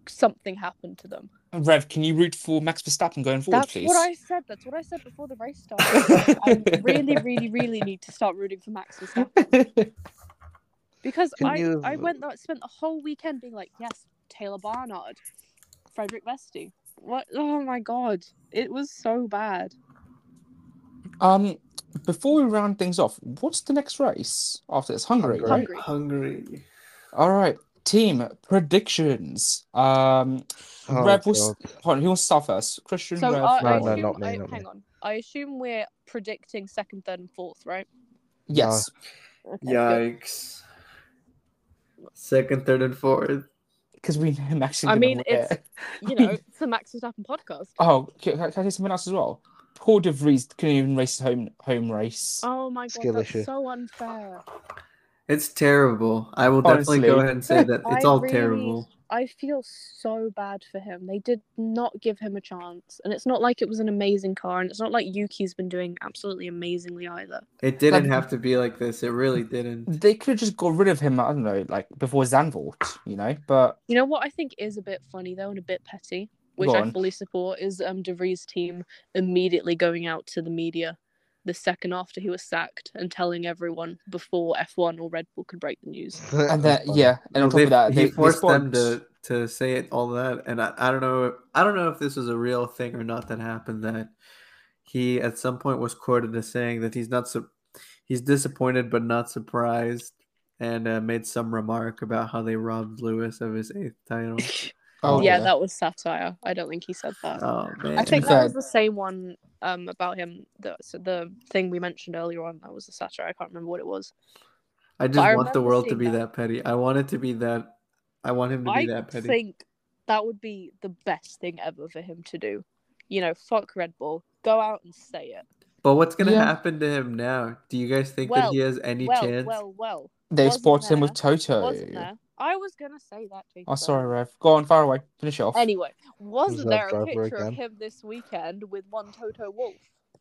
Speaker 3: something happened to them.
Speaker 1: Rev, can you root for Max Verstappen going forward,
Speaker 3: That's
Speaker 1: please?
Speaker 3: what I said. That's what I said before the race started. I really, really, really need to start rooting for Max Verstappen because
Speaker 2: Can
Speaker 3: I,
Speaker 2: you-
Speaker 3: I went I spent the whole weekend being like, yes, Taylor Barnard, Frederick Vesti. What? Oh my god, it was so bad.
Speaker 1: Um, before we round things off, what's the next race after this? Hungary,
Speaker 2: Hungary.
Speaker 1: right?
Speaker 3: Hungry.
Speaker 4: Hungry.
Speaker 1: All right, team predictions. Um,
Speaker 2: Oh,
Speaker 1: Rev, was,
Speaker 2: God.
Speaker 1: hold on, who wants to start first? Christian,
Speaker 3: So uh,
Speaker 1: Rev,
Speaker 3: I, I
Speaker 2: No, no,
Speaker 3: assume,
Speaker 2: not me,
Speaker 3: I-
Speaker 2: not me.
Speaker 3: hang on. I assume we're predicting second, third, and fourth, right?
Speaker 1: yes.
Speaker 3: Okay, good.
Speaker 4: Yikes! Second, third, and fourth.
Speaker 1: Because we know I'm actually.
Speaker 3: I
Speaker 1: gonna
Speaker 3: mean,
Speaker 1: win
Speaker 3: it's-
Speaker 1: it.
Speaker 3: You know, it's the Max Verstappen podcast.
Speaker 1: Oh, can, can I say something else as well? Paul De Vries couldn't even race his home home race.
Speaker 3: Oh my god,
Speaker 2: Skill
Speaker 3: that's
Speaker 2: issue.
Speaker 3: so unfair.
Speaker 4: It's terrible. I will definitely
Speaker 1: Honestly.
Speaker 4: go ahead and say that it's
Speaker 3: I
Speaker 4: all
Speaker 3: really-
Speaker 4: terrible.
Speaker 3: I feel so bad for him. They did not give him a chance, and it's not like it was an amazing car, and it's not like Yuki's been doing absolutely amazingly either.
Speaker 4: It didn't
Speaker 1: Like-
Speaker 4: have to be like this. It really didn't.
Speaker 1: They could have just got rid of him. I don't know, like before Zandvoort, you know. But
Speaker 3: You know what I think is a bit funny though, and a bit petty, which
Speaker 1: Go
Speaker 3: I
Speaker 1: on.
Speaker 3: fully support, is um DeVries' team immediately going out to the media the second after he was sacked and telling everyone before F1 or Red Bull could break the news.
Speaker 1: And then yeah, and on top
Speaker 4: They-
Speaker 1: of that,
Speaker 4: he
Speaker 1: they,
Speaker 4: forced
Speaker 1: they
Speaker 4: them
Speaker 1: sponsed-
Speaker 4: to to say it all that, and I, I don't know, I don't know if this was a real thing or not that happened. That he at some point was quoted as saying that he's not su- he's disappointed but not surprised, and uh, made some remark about how they robbed Lewis of his eighth title.
Speaker 1: Oh,
Speaker 3: yeah, that was satire. I don't think he said that.
Speaker 4: Oh man,
Speaker 3: I think
Speaker 1: To be fair-
Speaker 3: that was the same one um, about him. The, so the thing we mentioned earlier on that was the satire. I can't remember what it was.
Speaker 4: I just
Speaker 3: But I
Speaker 4: want the
Speaker 3: remember
Speaker 4: world to
Speaker 3: seeing
Speaker 4: be that.
Speaker 3: that.
Speaker 4: petty. I want it to be that. I want him to be
Speaker 3: I
Speaker 4: that petty.
Speaker 3: think that would be the best thing ever for him to do. You know, fuck Red Bull. Go out and say it.
Speaker 4: but what's gonna
Speaker 1: Yeah.
Speaker 4: happen to him now? Do you guys think that
Speaker 3: Well,
Speaker 4: he has any
Speaker 3: well,
Speaker 4: chance?
Speaker 3: well, well.
Speaker 1: they
Speaker 3: wasn't
Speaker 1: sponsored him with
Speaker 3: there,
Speaker 1: Toto.
Speaker 3: Wasn't there? I was gonna say that. Jason.
Speaker 1: Oh, sorry, Rev. Go on, fire away. Finish it off.
Speaker 3: Anyway, wasn't
Speaker 2: Reserve
Speaker 3: there a
Speaker 2: driver
Speaker 3: picture
Speaker 2: again.
Speaker 3: of him this weekend with one Toto Wolf?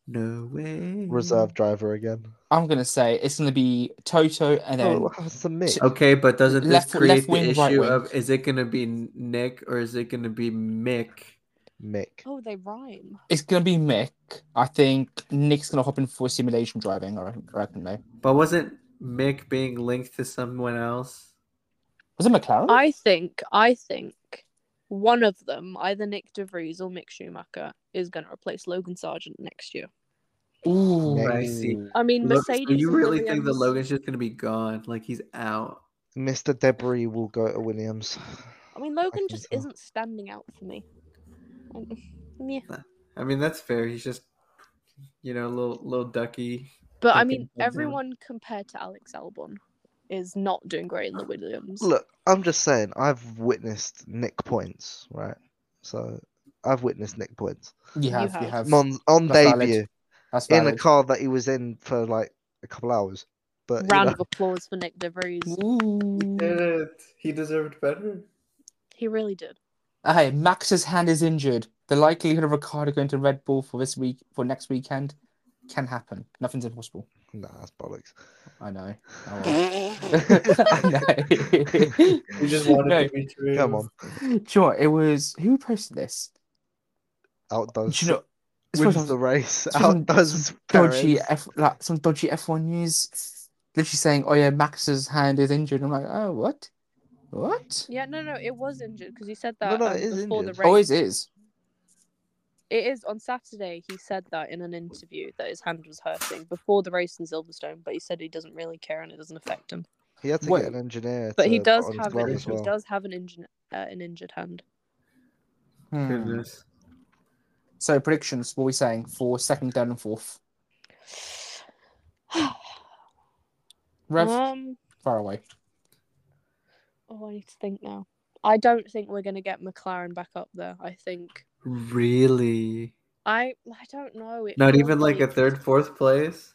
Speaker 4: No way.
Speaker 2: Reserve driver again.
Speaker 1: I'm gonna say it's gonna be Toto and then
Speaker 2: Oh, what happens to me?
Speaker 1: Ch-
Speaker 4: Okay, but doesn't this
Speaker 1: Left-
Speaker 4: create
Speaker 1: left
Speaker 4: the
Speaker 1: wing,
Speaker 4: issue
Speaker 1: right wing.
Speaker 4: of is it going to be Nick or is it going to be Mick?
Speaker 2: Mick.
Speaker 3: Oh, they rhyme.
Speaker 1: it's gonna be Mick. I think Nick's gonna hop in for simulation driving. I reckon. I reckon no.
Speaker 4: But wasn't Mick being linked to someone else?
Speaker 1: Was it McLaren?
Speaker 2: Oh.
Speaker 3: I think, I think one of them, either Nick DeVries or Mick Schumacher, is going to replace Logan Sargent next year.
Speaker 1: Ooh,
Speaker 2: Mick.
Speaker 4: I see.
Speaker 3: I mean,
Speaker 4: Look, so
Speaker 3: Mercedes.
Speaker 4: you
Speaker 3: and
Speaker 4: really think that
Speaker 3: Williams-
Speaker 4: Logan's just going to be gone? Like he's out?
Speaker 2: Mr. Debris will go to Williams.
Speaker 3: I mean, Logan
Speaker 2: think
Speaker 3: just
Speaker 2: so.
Speaker 3: isn't standing out for me. Um, yeah.
Speaker 4: I mean, that's fair. He's just, you know, a little little ducky.
Speaker 3: But I
Speaker 4: Fucking
Speaker 3: mean,
Speaker 4: Logan.
Speaker 3: everyone compared to Alex Albon is not doing great in the Williams.
Speaker 2: Look, I'm just saying, I've witnessed Nick points, right? So I've witnessed Nick points.
Speaker 1: you have, you
Speaker 3: have.
Speaker 1: have.
Speaker 2: On, on
Speaker 1: That's valid.
Speaker 2: debut,
Speaker 1: That's
Speaker 2: in a
Speaker 1: valid.
Speaker 2: car that he was in for like a couple hours. But you
Speaker 3: Round
Speaker 2: know,
Speaker 3: of applause for Nick DeVries.
Speaker 1: Ooh.
Speaker 3: Mm-hmm.
Speaker 4: it. He deserved better.
Speaker 3: He really did.
Speaker 1: Hey, Max's hand is injured. The likelihood of Ricardo going to Red Bull for this week, for next weekend, can happen. Nothing's impossible.
Speaker 2: nah, that's bollocks.
Speaker 1: I know. Oh, well. I know.
Speaker 4: He just
Speaker 1: wanted to
Speaker 4: be true.
Speaker 2: Come on,
Speaker 1: Do you know what? It was who posted this?
Speaker 2: outdoes
Speaker 1: Do you know? It's
Speaker 2: wins
Speaker 1: supposed
Speaker 2: the
Speaker 1: to-
Speaker 2: race.
Speaker 1: it's supposed to-
Speaker 2: Outdoes
Speaker 1: dodgy
Speaker 2: Perez.
Speaker 1: F like some dodgy F one news, literally saying, "Oh yeah, Max's hand is injured." I'm like, "Oh what? What?
Speaker 3: Yeah, no, no, it was injured because he said
Speaker 2: No,
Speaker 3: that
Speaker 2: no,
Speaker 3: um,
Speaker 2: it is
Speaker 3: before
Speaker 2: injured.
Speaker 3: the race.
Speaker 1: Always Oh, is."
Speaker 3: It is on Saturday. He said that in an interview that his hand was hurting before the race in Silverstone, but he said he doesn't really care and it doesn't affect him.
Speaker 2: He had to
Speaker 1: Wait.
Speaker 2: get an engineer.
Speaker 3: But
Speaker 2: to
Speaker 3: he
Speaker 2: put
Speaker 3: does
Speaker 2: on his
Speaker 3: have
Speaker 2: glove
Speaker 3: an
Speaker 2: as well.
Speaker 3: he does have an injured uh, an injured hand.
Speaker 1: Hmm.
Speaker 4: Goodness.
Speaker 1: So predictions. What are we saying for second, third, and fourth? Rev,
Speaker 3: um.
Speaker 1: far away.
Speaker 3: Oh, I need to think now. I don't think we're gonna get McLaren back up there. I think
Speaker 4: Really?
Speaker 3: I. I don't know. It
Speaker 4: Not
Speaker 3: feels
Speaker 4: even like a third, fourth place?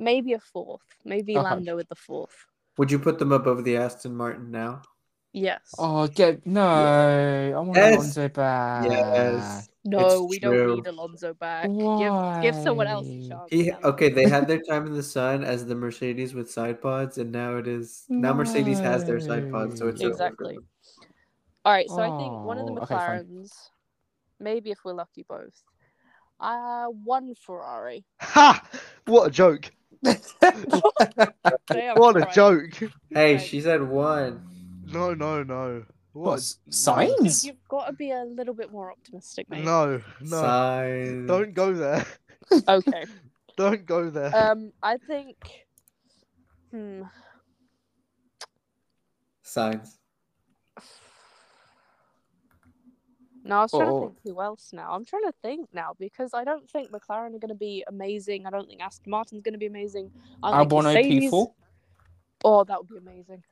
Speaker 3: Maybe a fourth. Maybe
Speaker 1: Uh-huh.
Speaker 3: Lando with the fourth.
Speaker 4: Would you put them above the Aston Martin now?
Speaker 3: Yes.
Speaker 1: Oh, get no! I want
Speaker 4: Yes.
Speaker 1: Alonso
Speaker 2: Ah.
Speaker 1: back.
Speaker 4: Yes.
Speaker 3: no,
Speaker 4: it's
Speaker 3: we
Speaker 4: true.
Speaker 3: don't need Alonso back. Give, give someone else a
Speaker 1: Why?
Speaker 3: chance.
Speaker 4: He,
Speaker 3: Lando.
Speaker 4: okay, they had their time in the sun as the Mercedes with side pods, and now it is now Mercedes has their side pods, so it's over.
Speaker 3: Exactly. All right, so I think one of the
Speaker 1: Oh, okay, fine.
Speaker 3: McLarens, maybe if we're lucky, both. Uh, one Ferrari.
Speaker 2: Ha! What a joke!
Speaker 3: They are
Speaker 2: What a
Speaker 3: right.
Speaker 2: joke!
Speaker 4: Hey,
Speaker 3: Right.
Speaker 4: she said one.
Speaker 2: No, no, no.
Speaker 1: What?
Speaker 2: What?
Speaker 3: Dude,
Speaker 1: Signs?
Speaker 3: You've got to be a little bit more optimistic, mate.
Speaker 2: No, no.
Speaker 4: Sign.
Speaker 2: Don't go there.
Speaker 3: Okay.
Speaker 2: Don't go there.
Speaker 3: Um, I think. Hmm.
Speaker 4: signs.
Speaker 3: No, I was trying
Speaker 1: Oh.
Speaker 3: to think who else now. I'm trying to think now because I don't think McLaren are going to be amazing. I don't think Aston Martin's going to be amazing. I think
Speaker 1: Albon
Speaker 3: Mercedes-
Speaker 1: OP4.
Speaker 3: Oh, that would be amazing.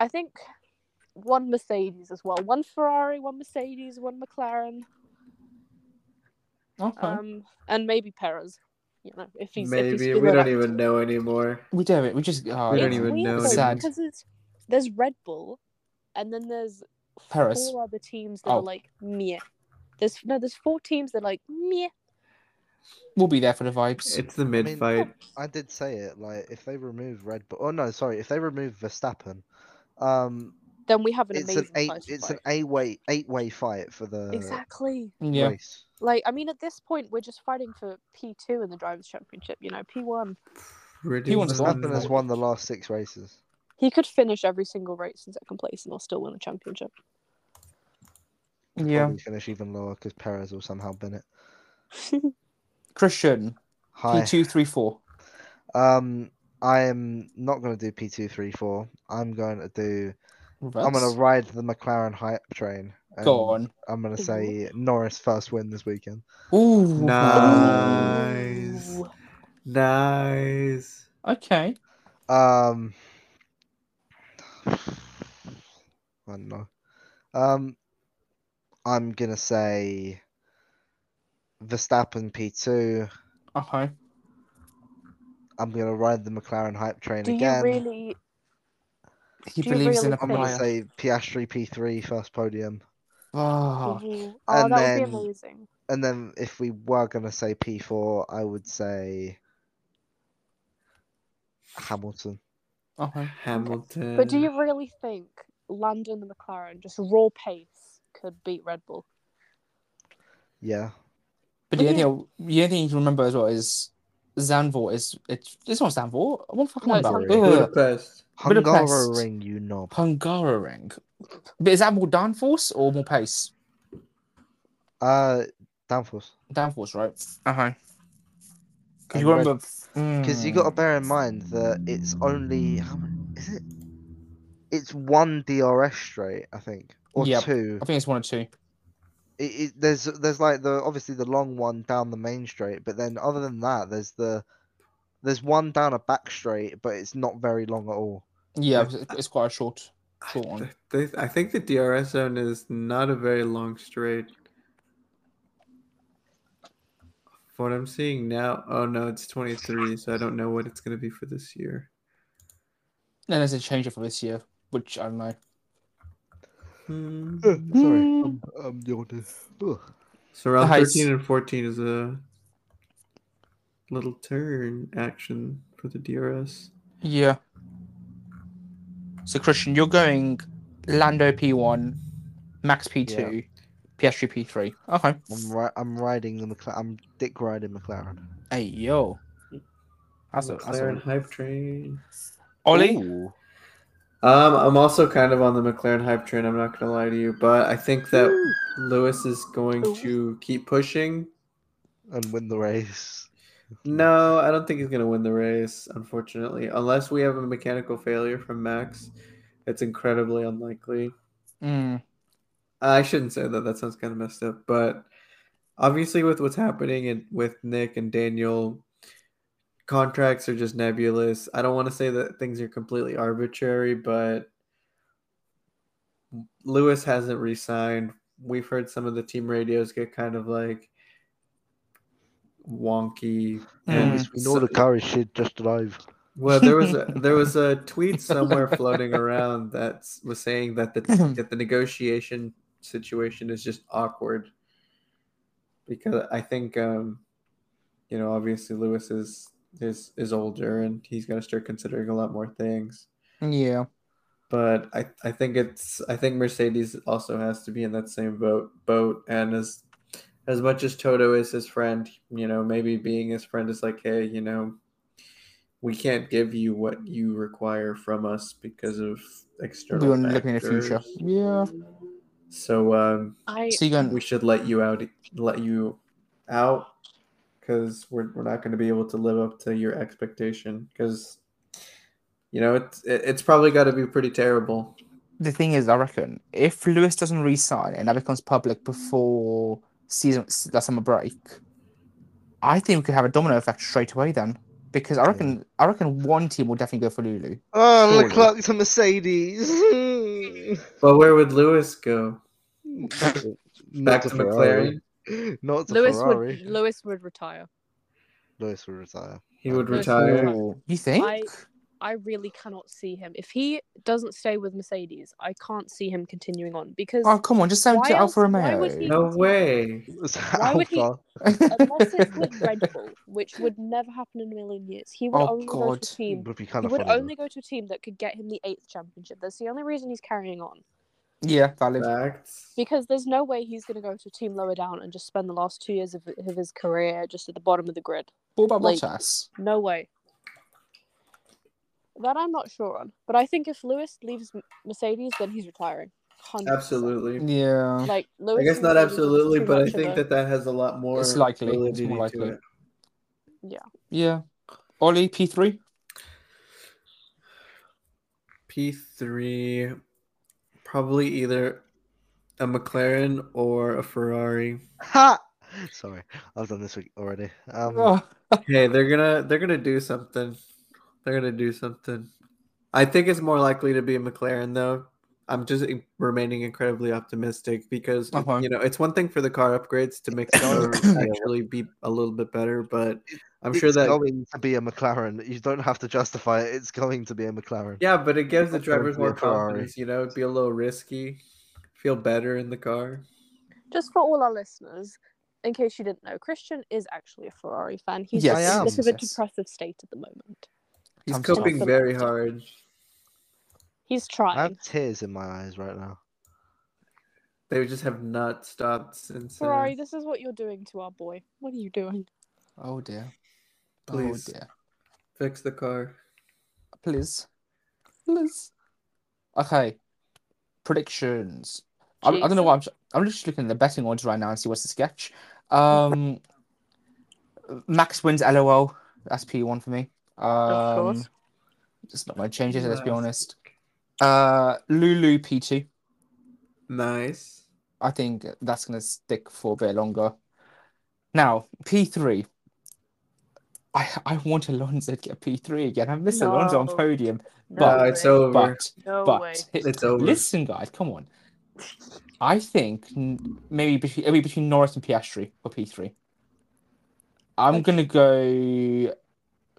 Speaker 3: I think one Mercedes as well. One Ferrari, one Mercedes, one McLaren,
Speaker 1: Okay.
Speaker 3: um, and maybe Perez. You know, if he's if
Speaker 4: Maybe
Speaker 3: he's
Speaker 4: we
Speaker 3: feeling
Speaker 4: don't
Speaker 3: up
Speaker 4: even
Speaker 3: to it.
Speaker 4: know anymore.
Speaker 1: we do it. We just. Oh,
Speaker 4: We don't
Speaker 3: It's
Speaker 1: yeah.
Speaker 4: even
Speaker 3: weird,
Speaker 4: know
Speaker 3: though,
Speaker 1: anymore.
Speaker 3: because it's there's Red Bull, and then there's
Speaker 1: Perez.
Speaker 3: four other teams that
Speaker 1: Oh.
Speaker 3: are like meh. There's no, there's four teams that are like meh.
Speaker 1: We'll be there for the vibes.
Speaker 4: It's the mid fight.
Speaker 2: I did say it. Like, if they remove Red Bull, oh no, sorry, if they remove Verstappen, um,
Speaker 3: then we have an
Speaker 2: It's an
Speaker 3: amazing
Speaker 2: eight.
Speaker 3: title
Speaker 2: It's
Speaker 3: fight.
Speaker 2: an eight way eight way fight for the
Speaker 3: exactly.
Speaker 1: Yeah.
Speaker 2: race.
Speaker 3: Like I mean, at this point, we're just fighting for P two in the drivers' championship. You know, P one.
Speaker 4: Pretty
Speaker 1: He wants to
Speaker 4: much.
Speaker 1: win
Speaker 2: Verstappen has won the last six races.
Speaker 3: He could finish every single race in second place and will still win a championship.
Speaker 1: Yeah.
Speaker 2: Probably finish even lower because Perez will somehow win it.
Speaker 1: Christian,
Speaker 2: Hi.
Speaker 1: P234.
Speaker 2: Um, I am not going to do P two three four. I'm going to do.
Speaker 1: Reverse.
Speaker 2: I'm going to ride the McLaren hype train. and
Speaker 1: Go on.
Speaker 2: I'm going to
Speaker 3: Mhm.
Speaker 2: say Norris first win this weekend.
Speaker 1: Ooh.
Speaker 4: Nice.
Speaker 3: Ooh.
Speaker 4: Nice.
Speaker 1: Okay.
Speaker 2: Um, I don't know. Um, I'm gonna say Verstappen P2.
Speaker 1: Okay.
Speaker 2: I'm gonna ride the McLaren hype train
Speaker 3: Do you
Speaker 2: again.
Speaker 3: really?
Speaker 1: He
Speaker 3: Do you
Speaker 1: believes in
Speaker 3: really
Speaker 1: a
Speaker 2: I'm gonna
Speaker 3: think-
Speaker 1: player.
Speaker 2: say Piastri P3 first podium,
Speaker 1: Ah.
Speaker 3: Mhm. Oh,
Speaker 2: And
Speaker 3: that would
Speaker 2: then-
Speaker 3: be amazing.
Speaker 2: and then if we were gonna say P4, I would say Hamilton.
Speaker 1: Okay.
Speaker 4: Hamilton.
Speaker 3: But do you really think Lando and the McLaren just raw pace could beat Red Bull?
Speaker 2: Yeah,
Speaker 1: But the only thing, the only thing you can remember as well is Zandvoort is it's it's not Zandvoort. What the fuck am I
Speaker 3: No,
Speaker 1: on
Speaker 2: it's
Speaker 1: about? Ugh.
Speaker 4: Budapest?
Speaker 1: Budapest.
Speaker 2: Hungaroring, you knob.
Speaker 1: Hungaroring. But is that more downforce or more pace?
Speaker 2: Uh, downforce.
Speaker 1: Downforce, right? Hmm. Uh huh. Because
Speaker 2: And
Speaker 1: you
Speaker 2: Red-
Speaker 1: remember,
Speaker 2: Because you got to bear in mind that it's only how many is it? It's one DRS straight, I think, or
Speaker 1: Yep.
Speaker 2: two.
Speaker 1: I think it's one or two.
Speaker 2: It, it, there's there's like the obviously the long one down the main straight, but then other than that, there's the there's one down a back straight, but it's not very long at all.
Speaker 1: Yeah, it's, it's quite a short, short one.
Speaker 4: They, I think the DRS zone is not a very long straight. What I'm seeing now, oh no, it's 23, so I don't know what it's going to be for this year.
Speaker 1: And there's a change for this year, which I don't know.
Speaker 4: Hmm.
Speaker 2: Eh, Sorry, I'm, I'm yawning. Ugh.
Speaker 4: So round
Speaker 1: Nice.
Speaker 4: 13 and 14 is a little turn action for the DRS.
Speaker 1: Yeah. So Christian, you're going Lando P1, Max P2, Piastri P3. Okay.
Speaker 2: I'm ri- I'm riding the McLaren. I'm dick riding McLaren.
Speaker 1: Hey yo. That's a, that's
Speaker 4: McLaren
Speaker 1: a...
Speaker 4: hype train.
Speaker 1: Ollie.
Speaker 2: Ooh.
Speaker 4: Um, I'm also kind of on the McLaren hype train. I'm not gonna lie to you, but I think that Lewis is going
Speaker 3: Ooh.
Speaker 4: to keep pushing.
Speaker 2: and win the race.
Speaker 4: No, I don't think he's gonna win the race, unfortunately, unless we have a mechanical failure from Max. It's incredibly unlikely.
Speaker 1: Mm,
Speaker 4: I shouldn't say that. That sounds kind of messed up. But obviously, with what's happening and with Nick and Daniel, contracts are just nebulous. I don't want to say that things are completely arbitrary, but Lewis hasn't re-signed. We've heard some of the team radios get kind of like wonky.
Speaker 1: Mm.
Speaker 4: And
Speaker 2: We know
Speaker 4: so-
Speaker 2: the car is shit just arrived.
Speaker 4: well, there was a there was a tweet somewhere floating around that was saying that the that the negotiation situation is just awkward because I think um, you know obviously Lewis is is is older and he's got to start considering a lot more things.
Speaker 1: yeah.
Speaker 4: But I I think it's I think Mercedes also has to be in that same boat boat and as as much as Toto is his friend, you know, maybe being his friend is like, hey, you know, we can't give you what you require from us because of external.
Speaker 1: We're only looking in the future.
Speaker 4: factors.
Speaker 1: Yeah.
Speaker 4: So um,
Speaker 3: I
Speaker 1: So you're going
Speaker 4: we should let you out, let you out, because we're we're not going to be able to live up to your expectation. Because you know, it's it, it's probably got to be pretty terrible.
Speaker 1: the thing is, I reckon if Lewis doesn't resign and that becomes public before season the summer break, I think we could have a domino effect straight away then. Because I reckon I reckon one team will definitely go for Lulu.
Speaker 2: Oh,
Speaker 1: Surely.
Speaker 2: Leclerc to Mercedes.
Speaker 4: But where would Lewis go? Back
Speaker 2: Not
Speaker 4: to
Speaker 2: to Ferrari.
Speaker 4: McLaren.
Speaker 2: Not to
Speaker 3: Lewis
Speaker 2: Ferrari.
Speaker 3: would Lewis would retire.
Speaker 2: Lewis would retire.
Speaker 4: He would
Speaker 3: Lewis
Speaker 4: retire.
Speaker 3: would
Speaker 1: Ooh, you think?
Speaker 3: I really cannot see him. If he doesn't stay with Mercedes, I can't see him continuing on because
Speaker 1: Oh come on, just send him
Speaker 3: Why
Speaker 1: to
Speaker 3: else-
Speaker 1: Alfa
Speaker 3: why
Speaker 1: Romeo.
Speaker 3: would he-
Speaker 4: No way.
Speaker 2: It's
Speaker 3: Why would he-
Speaker 2: Alpha.
Speaker 3: unless it's with Red Bull, which would never happen in a million years, he would
Speaker 1: Oh,
Speaker 3: only go
Speaker 1: God.
Speaker 3: to a team.
Speaker 2: would be
Speaker 3: He
Speaker 2: kind of
Speaker 3: would
Speaker 2: funny. though.
Speaker 3: only go to a team that could get him the eighth championship. That's the only reason he's carrying on.
Speaker 1: yeah, valid.
Speaker 4: Facts.
Speaker 3: Because there's no way he's going to go to a team lower down and just spend the last two years of, of his career just at the bottom of the grid.
Speaker 1: What about
Speaker 3: like-
Speaker 1: Bottas?
Speaker 3: No way. That I'm not sure on. But I think if Lewis leaves M- Mercedes, then he's retiring. 100%.
Speaker 4: Absolutely.
Speaker 1: Yeah.
Speaker 3: Like Lewis
Speaker 4: I guess
Speaker 3: and
Speaker 4: not
Speaker 3: Mercedes is
Speaker 4: absolutely,
Speaker 3: too
Speaker 4: but I
Speaker 3: much of
Speaker 4: think
Speaker 3: a-
Speaker 4: that that has a lot more.
Speaker 1: It's likely. It's more
Speaker 4: validity to
Speaker 1: likely.
Speaker 4: it.
Speaker 1: Yeah. Ollie P three.
Speaker 4: P3, probably either a McLaren or a Ferrari.
Speaker 2: Ha! Sorry, I've done this week already. Um,
Speaker 3: Oh.
Speaker 4: hey, they're gonna they're gonna do something. They're gonna do something. I think it's more likely to be a McLaren though. I'm just in- remaining incredibly optimistic because it-
Speaker 1: Uh-huh.
Speaker 4: you know it's one thing for the car upgrades to make the car actually be a little bit better, but I'm sure
Speaker 2: it's
Speaker 4: that
Speaker 2: going to be a McLaren. You don't have to justify it. It's going to be a McLaren.
Speaker 4: yeah, but it gives the
Speaker 2: It's going
Speaker 4: drivers
Speaker 2: to be a
Speaker 4: more
Speaker 2: Ferrari.
Speaker 4: confidence. You know, it'd be a little risky, feel better in the car.
Speaker 3: Just for all our listeners, in case you didn't know, Christian is actually a Ferrari fan. He's
Speaker 1: Yes,
Speaker 3: just in a bit
Speaker 2: I
Speaker 1: am.
Speaker 3: of a
Speaker 1: Yes.
Speaker 3: depressive state at the moment.
Speaker 4: He's
Speaker 1: I'm sorry.
Speaker 4: coping very hard.
Speaker 3: He's
Speaker 2: I have
Speaker 3: trying.
Speaker 2: tears in my eyes right now.
Speaker 4: They just have not stopped since. uh,
Speaker 3: Ferrari, this is what you're doing to our boy. What are you doing?
Speaker 1: Oh dear.
Speaker 4: Please.
Speaker 1: Oh dear.
Speaker 4: fix the car.
Speaker 1: Please. Please. Okay. Predictions. I, I don't know what I'm. I'm just looking at the betting odds right now and see what's the sketch. Um, Max wins. LOL. That's P one for me. Um,
Speaker 3: course.
Speaker 1: It's not going to change it. Let's be
Speaker 4: Nice.
Speaker 1: honest. Uh, Lulu P two.
Speaker 4: Nice.
Speaker 1: I think that's going to stick for a bit longer. Now P three. I I want Alonso to get P three again. I miss Alonso on
Speaker 3: No.
Speaker 1: podium,
Speaker 4: No,
Speaker 1: But-
Speaker 4: it's over.
Speaker 1: but
Speaker 3: no
Speaker 1: but
Speaker 3: way.
Speaker 4: It's over.
Speaker 1: Listen, guys, come on. I think n- maybe between, maybe between Norris and Piastri for P3. I'm
Speaker 3: Okay.
Speaker 1: gonna go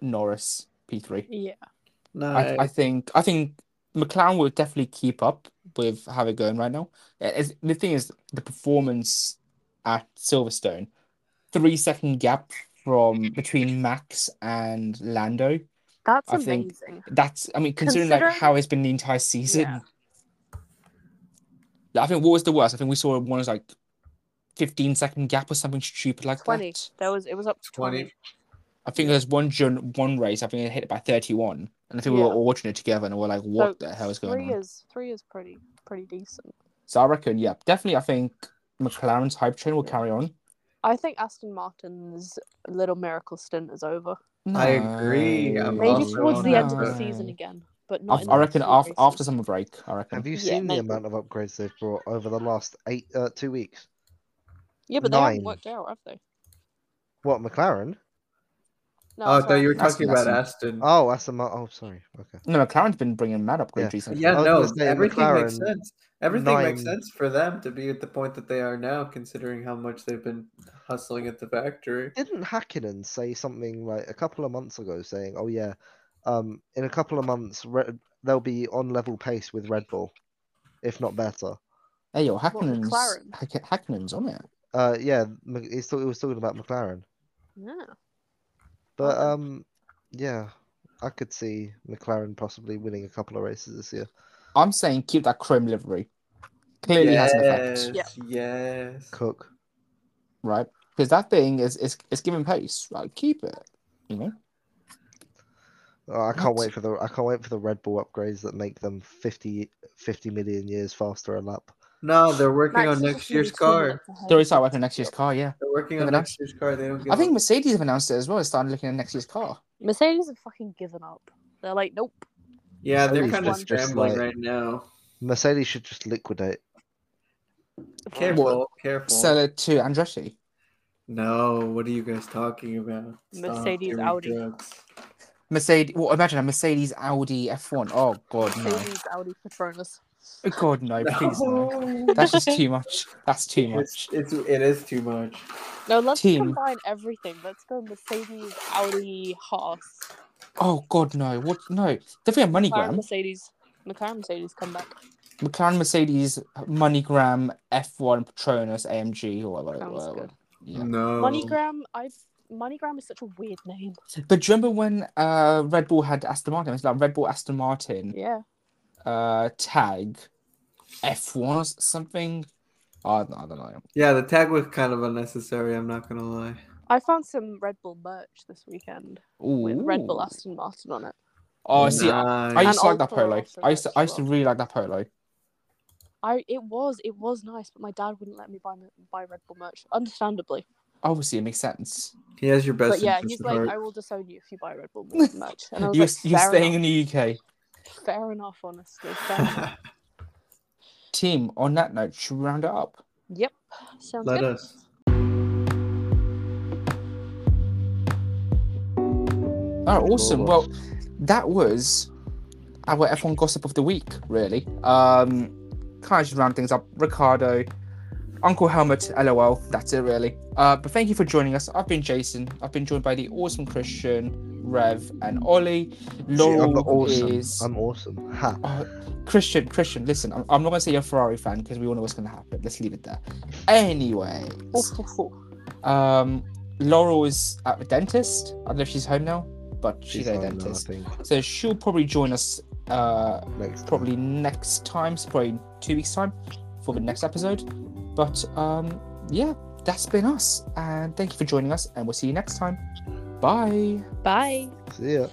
Speaker 1: Norris P3.
Speaker 3: Yeah.
Speaker 4: Nice.
Speaker 1: I, I think I think McLaren will definitely keep up with how they're going right now. It- it's- the thing is, the performance at Silverstone, three second gap from between Max and Lando.
Speaker 3: That's
Speaker 1: I think-
Speaker 3: amazing.
Speaker 1: That's I mean, considering, like
Speaker 3: Considering-
Speaker 1: how it's been the entire season.
Speaker 3: Yeah.
Speaker 1: Like, I think what was the worst? I think we saw one was like 15 second gap or something stupid like
Speaker 3: 20.
Speaker 1: that.
Speaker 3: There was it was up to 20.
Speaker 4: 20.
Speaker 1: I think there's one gen- one race. I think it hit it by 31, and I think we
Speaker 3: Yeah.
Speaker 1: were all watching it together, and we were like, "What
Speaker 3: So
Speaker 1: the hell is going
Speaker 3: three
Speaker 1: on?"
Speaker 3: is three is pretty pretty decent.
Speaker 1: So I reckon, yeah, definitely. I think McLaren's hype train will
Speaker 3: Yeah.
Speaker 1: carry on.
Speaker 3: I think Aston Martin's little miracle stint is over.
Speaker 4: I agree. I'm
Speaker 3: Maybe
Speaker 4: also uh,
Speaker 3: towards
Speaker 4: on
Speaker 3: the
Speaker 4: that
Speaker 3: end of
Speaker 4: boat.
Speaker 3: the season again, but not. in
Speaker 1: Af-
Speaker 3: the
Speaker 1: I reckon
Speaker 3: next few
Speaker 1: af-
Speaker 3: races.
Speaker 1: after summer break. I reckon.
Speaker 2: Have you
Speaker 3: Yeah,
Speaker 2: seen the
Speaker 3: maybe.
Speaker 2: amount of upgrades they've brought over the last eight, uh, two weeks?
Speaker 3: Yeah, but they
Speaker 2: nine.
Speaker 3: haven't worked out, have they?
Speaker 2: What McLaren?
Speaker 3: No,
Speaker 4: oh, I
Speaker 3: sorry.
Speaker 4: thought you were
Speaker 1: That's-
Speaker 4: talking
Speaker 1: that's-
Speaker 4: about Aston.
Speaker 2: Oh, Aston Martin. Oh, sorry. Okay.
Speaker 1: No, McLaren's been bringing mad upgrades recently.
Speaker 4: yeah,
Speaker 2: I was
Speaker 4: no,
Speaker 2: gonna say
Speaker 4: everything makes
Speaker 2: McLaren,
Speaker 4: sense. Everything makes
Speaker 2: nine.
Speaker 4: sense for them to be at the point that they are now, considering how much they've been hustling at the factory.
Speaker 2: Didn't Hakkinen say something like a couple of months ago, saying, "Oh yeah, um, in a couple of months Red, they'll be on level pace with Red Bull, if not better."
Speaker 1: Hey, yo, Hackenen's
Speaker 3: McLaren?
Speaker 1: Hack- Hackenen's on it.
Speaker 2: Uh, yeah, Mc- he's talk- he was talking about McLaren,
Speaker 3: Yeah.
Speaker 2: but
Speaker 3: Okay.
Speaker 2: um, yeah, I could see McLaren possibly winning a couple of races this year.
Speaker 1: I'm saying keep that chrome livery. Clearly has an effect.
Speaker 4: Yes, yes.
Speaker 2: Cook.
Speaker 1: right? Because that thing is is it's giving pace. Like keep it, you know.
Speaker 2: Oh, I can't
Speaker 1: What?
Speaker 2: wait for the I can't wait for the Red Bull upgrades that make them 50, 50 million years faster a lap.
Speaker 4: No, they're working
Speaker 3: Max
Speaker 4: on
Speaker 3: is
Speaker 4: next
Speaker 3: just gonna be
Speaker 4: year's
Speaker 3: two
Speaker 4: car.
Speaker 3: minutes ahead.
Speaker 1: They're already starting working on next year's car. Yeah,
Speaker 4: They're working
Speaker 1: They're
Speaker 4: on
Speaker 1: not-
Speaker 4: next year's car. They don't give
Speaker 1: I think
Speaker 4: up.
Speaker 1: Mercedes have announced it as well. They started looking at next year's car.
Speaker 3: Mercedes have fucking given up. They're like, nope.
Speaker 4: Yeah, they're
Speaker 2: Mercedes
Speaker 4: kind of
Speaker 3: is
Speaker 2: just
Speaker 4: scrambling
Speaker 2: like-
Speaker 4: right now.
Speaker 2: Mercedes should just liquidate.
Speaker 4: Careful,
Speaker 1: Well,
Speaker 4: careful.
Speaker 1: Sell it to Andretti.
Speaker 4: No, what are you guys talking about? Stop
Speaker 3: Mercedes,
Speaker 4: doing
Speaker 3: Audi.
Speaker 4: drugs.
Speaker 1: Mercedes. Well, imagine a Mercedes Audi F1. Oh God no.
Speaker 3: Mercedes, Audi, Patronus.
Speaker 1: God no, please no.
Speaker 4: No.
Speaker 1: That's just too much. That's too
Speaker 4: It's,
Speaker 1: much.
Speaker 4: it's it is too much.
Speaker 3: No, let's
Speaker 1: Team.
Speaker 3: combine everything. Let's go Mercedes, Audi, Haas.
Speaker 1: Oh God, no! What? No, definitely a
Speaker 3: McLaren
Speaker 1: MoneyGram.
Speaker 3: Mercedes. McLaren Mercedes come back.
Speaker 1: McLaren, Mercedes, MoneyGram, F1, Patronus, AMG, or whatever.
Speaker 3: Sounds
Speaker 1: whatever.
Speaker 3: good.
Speaker 1: Yeah.
Speaker 4: No.
Speaker 3: MoneyGram. I've MoneyGram is such a weird name.
Speaker 1: But do you remember when uh, Red Bull had Aston Martin? It's like Red Bull Aston Martin
Speaker 3: Yeah.
Speaker 1: uh, tag F1 or something. I don't, I don't know.
Speaker 4: Yeah, the tag was kind of unnecessary. I'm not gonna lie.
Speaker 3: I found some Red Bull merch this weekend with Red Bull
Speaker 1: Ooh.
Speaker 3: Aston Martin on it.
Speaker 1: Oh, I see. I
Speaker 4: Nice.
Speaker 1: used to like
Speaker 3: And
Speaker 1: that
Speaker 3: Ultra
Speaker 1: polo.
Speaker 3: also
Speaker 1: I used to, I used
Speaker 3: as
Speaker 1: to
Speaker 3: well.
Speaker 1: really like that polo.
Speaker 3: I it was it was nice, but my dad wouldn't let me buy m- buy Red Bull merch, understandably.
Speaker 1: Obviously, it makes sense.
Speaker 4: He has your best
Speaker 3: but yeah,
Speaker 4: interest
Speaker 3: he's
Speaker 4: at
Speaker 3: like,
Speaker 4: heart.
Speaker 3: I will disown you if you buy Red Bull merch. And I was
Speaker 1: You're,
Speaker 3: like,
Speaker 1: you're
Speaker 3: fair
Speaker 1: staying
Speaker 3: enough.
Speaker 1: in the UK.
Speaker 3: Fair enough, honestly. Fair enough.
Speaker 1: Team, on that note, should we round it up?
Speaker 3: yep, sounds
Speaker 4: Let
Speaker 3: good.
Speaker 4: us.
Speaker 1: Oh, awesome. Well, that was our F1 gossip of the week, really. Um, kind of just round things up. Ricardo, Uncle Helmet, LOL. That's it, really. Uh, but thank you for joining us. I've been Jason. I've been joined by the awesome Christian, Rev, and Ollie.
Speaker 2: Gee,
Speaker 1: Laurel
Speaker 2: I'm not awesome.
Speaker 1: is.
Speaker 2: I'm awesome. Ha.
Speaker 1: Christian, Christian, listen, I'm, I'm not going to say you're a Ferrari fan because we all know what's going to happen. Let's leave it there. Anyway,
Speaker 2: Oh.
Speaker 1: um, Laurel is at the dentist. I don't know if she's home now, but she's, at a
Speaker 2: fine now,
Speaker 1: dentist.
Speaker 2: I think.
Speaker 1: So she'll probably join us uh,
Speaker 2: Next.
Speaker 1: probably next time, so probably two weeks' time for the next episode. But um, yeah, that's been us. And thank you for joining us, and we'll see you next time. Bye.
Speaker 3: Bye.
Speaker 2: See ya.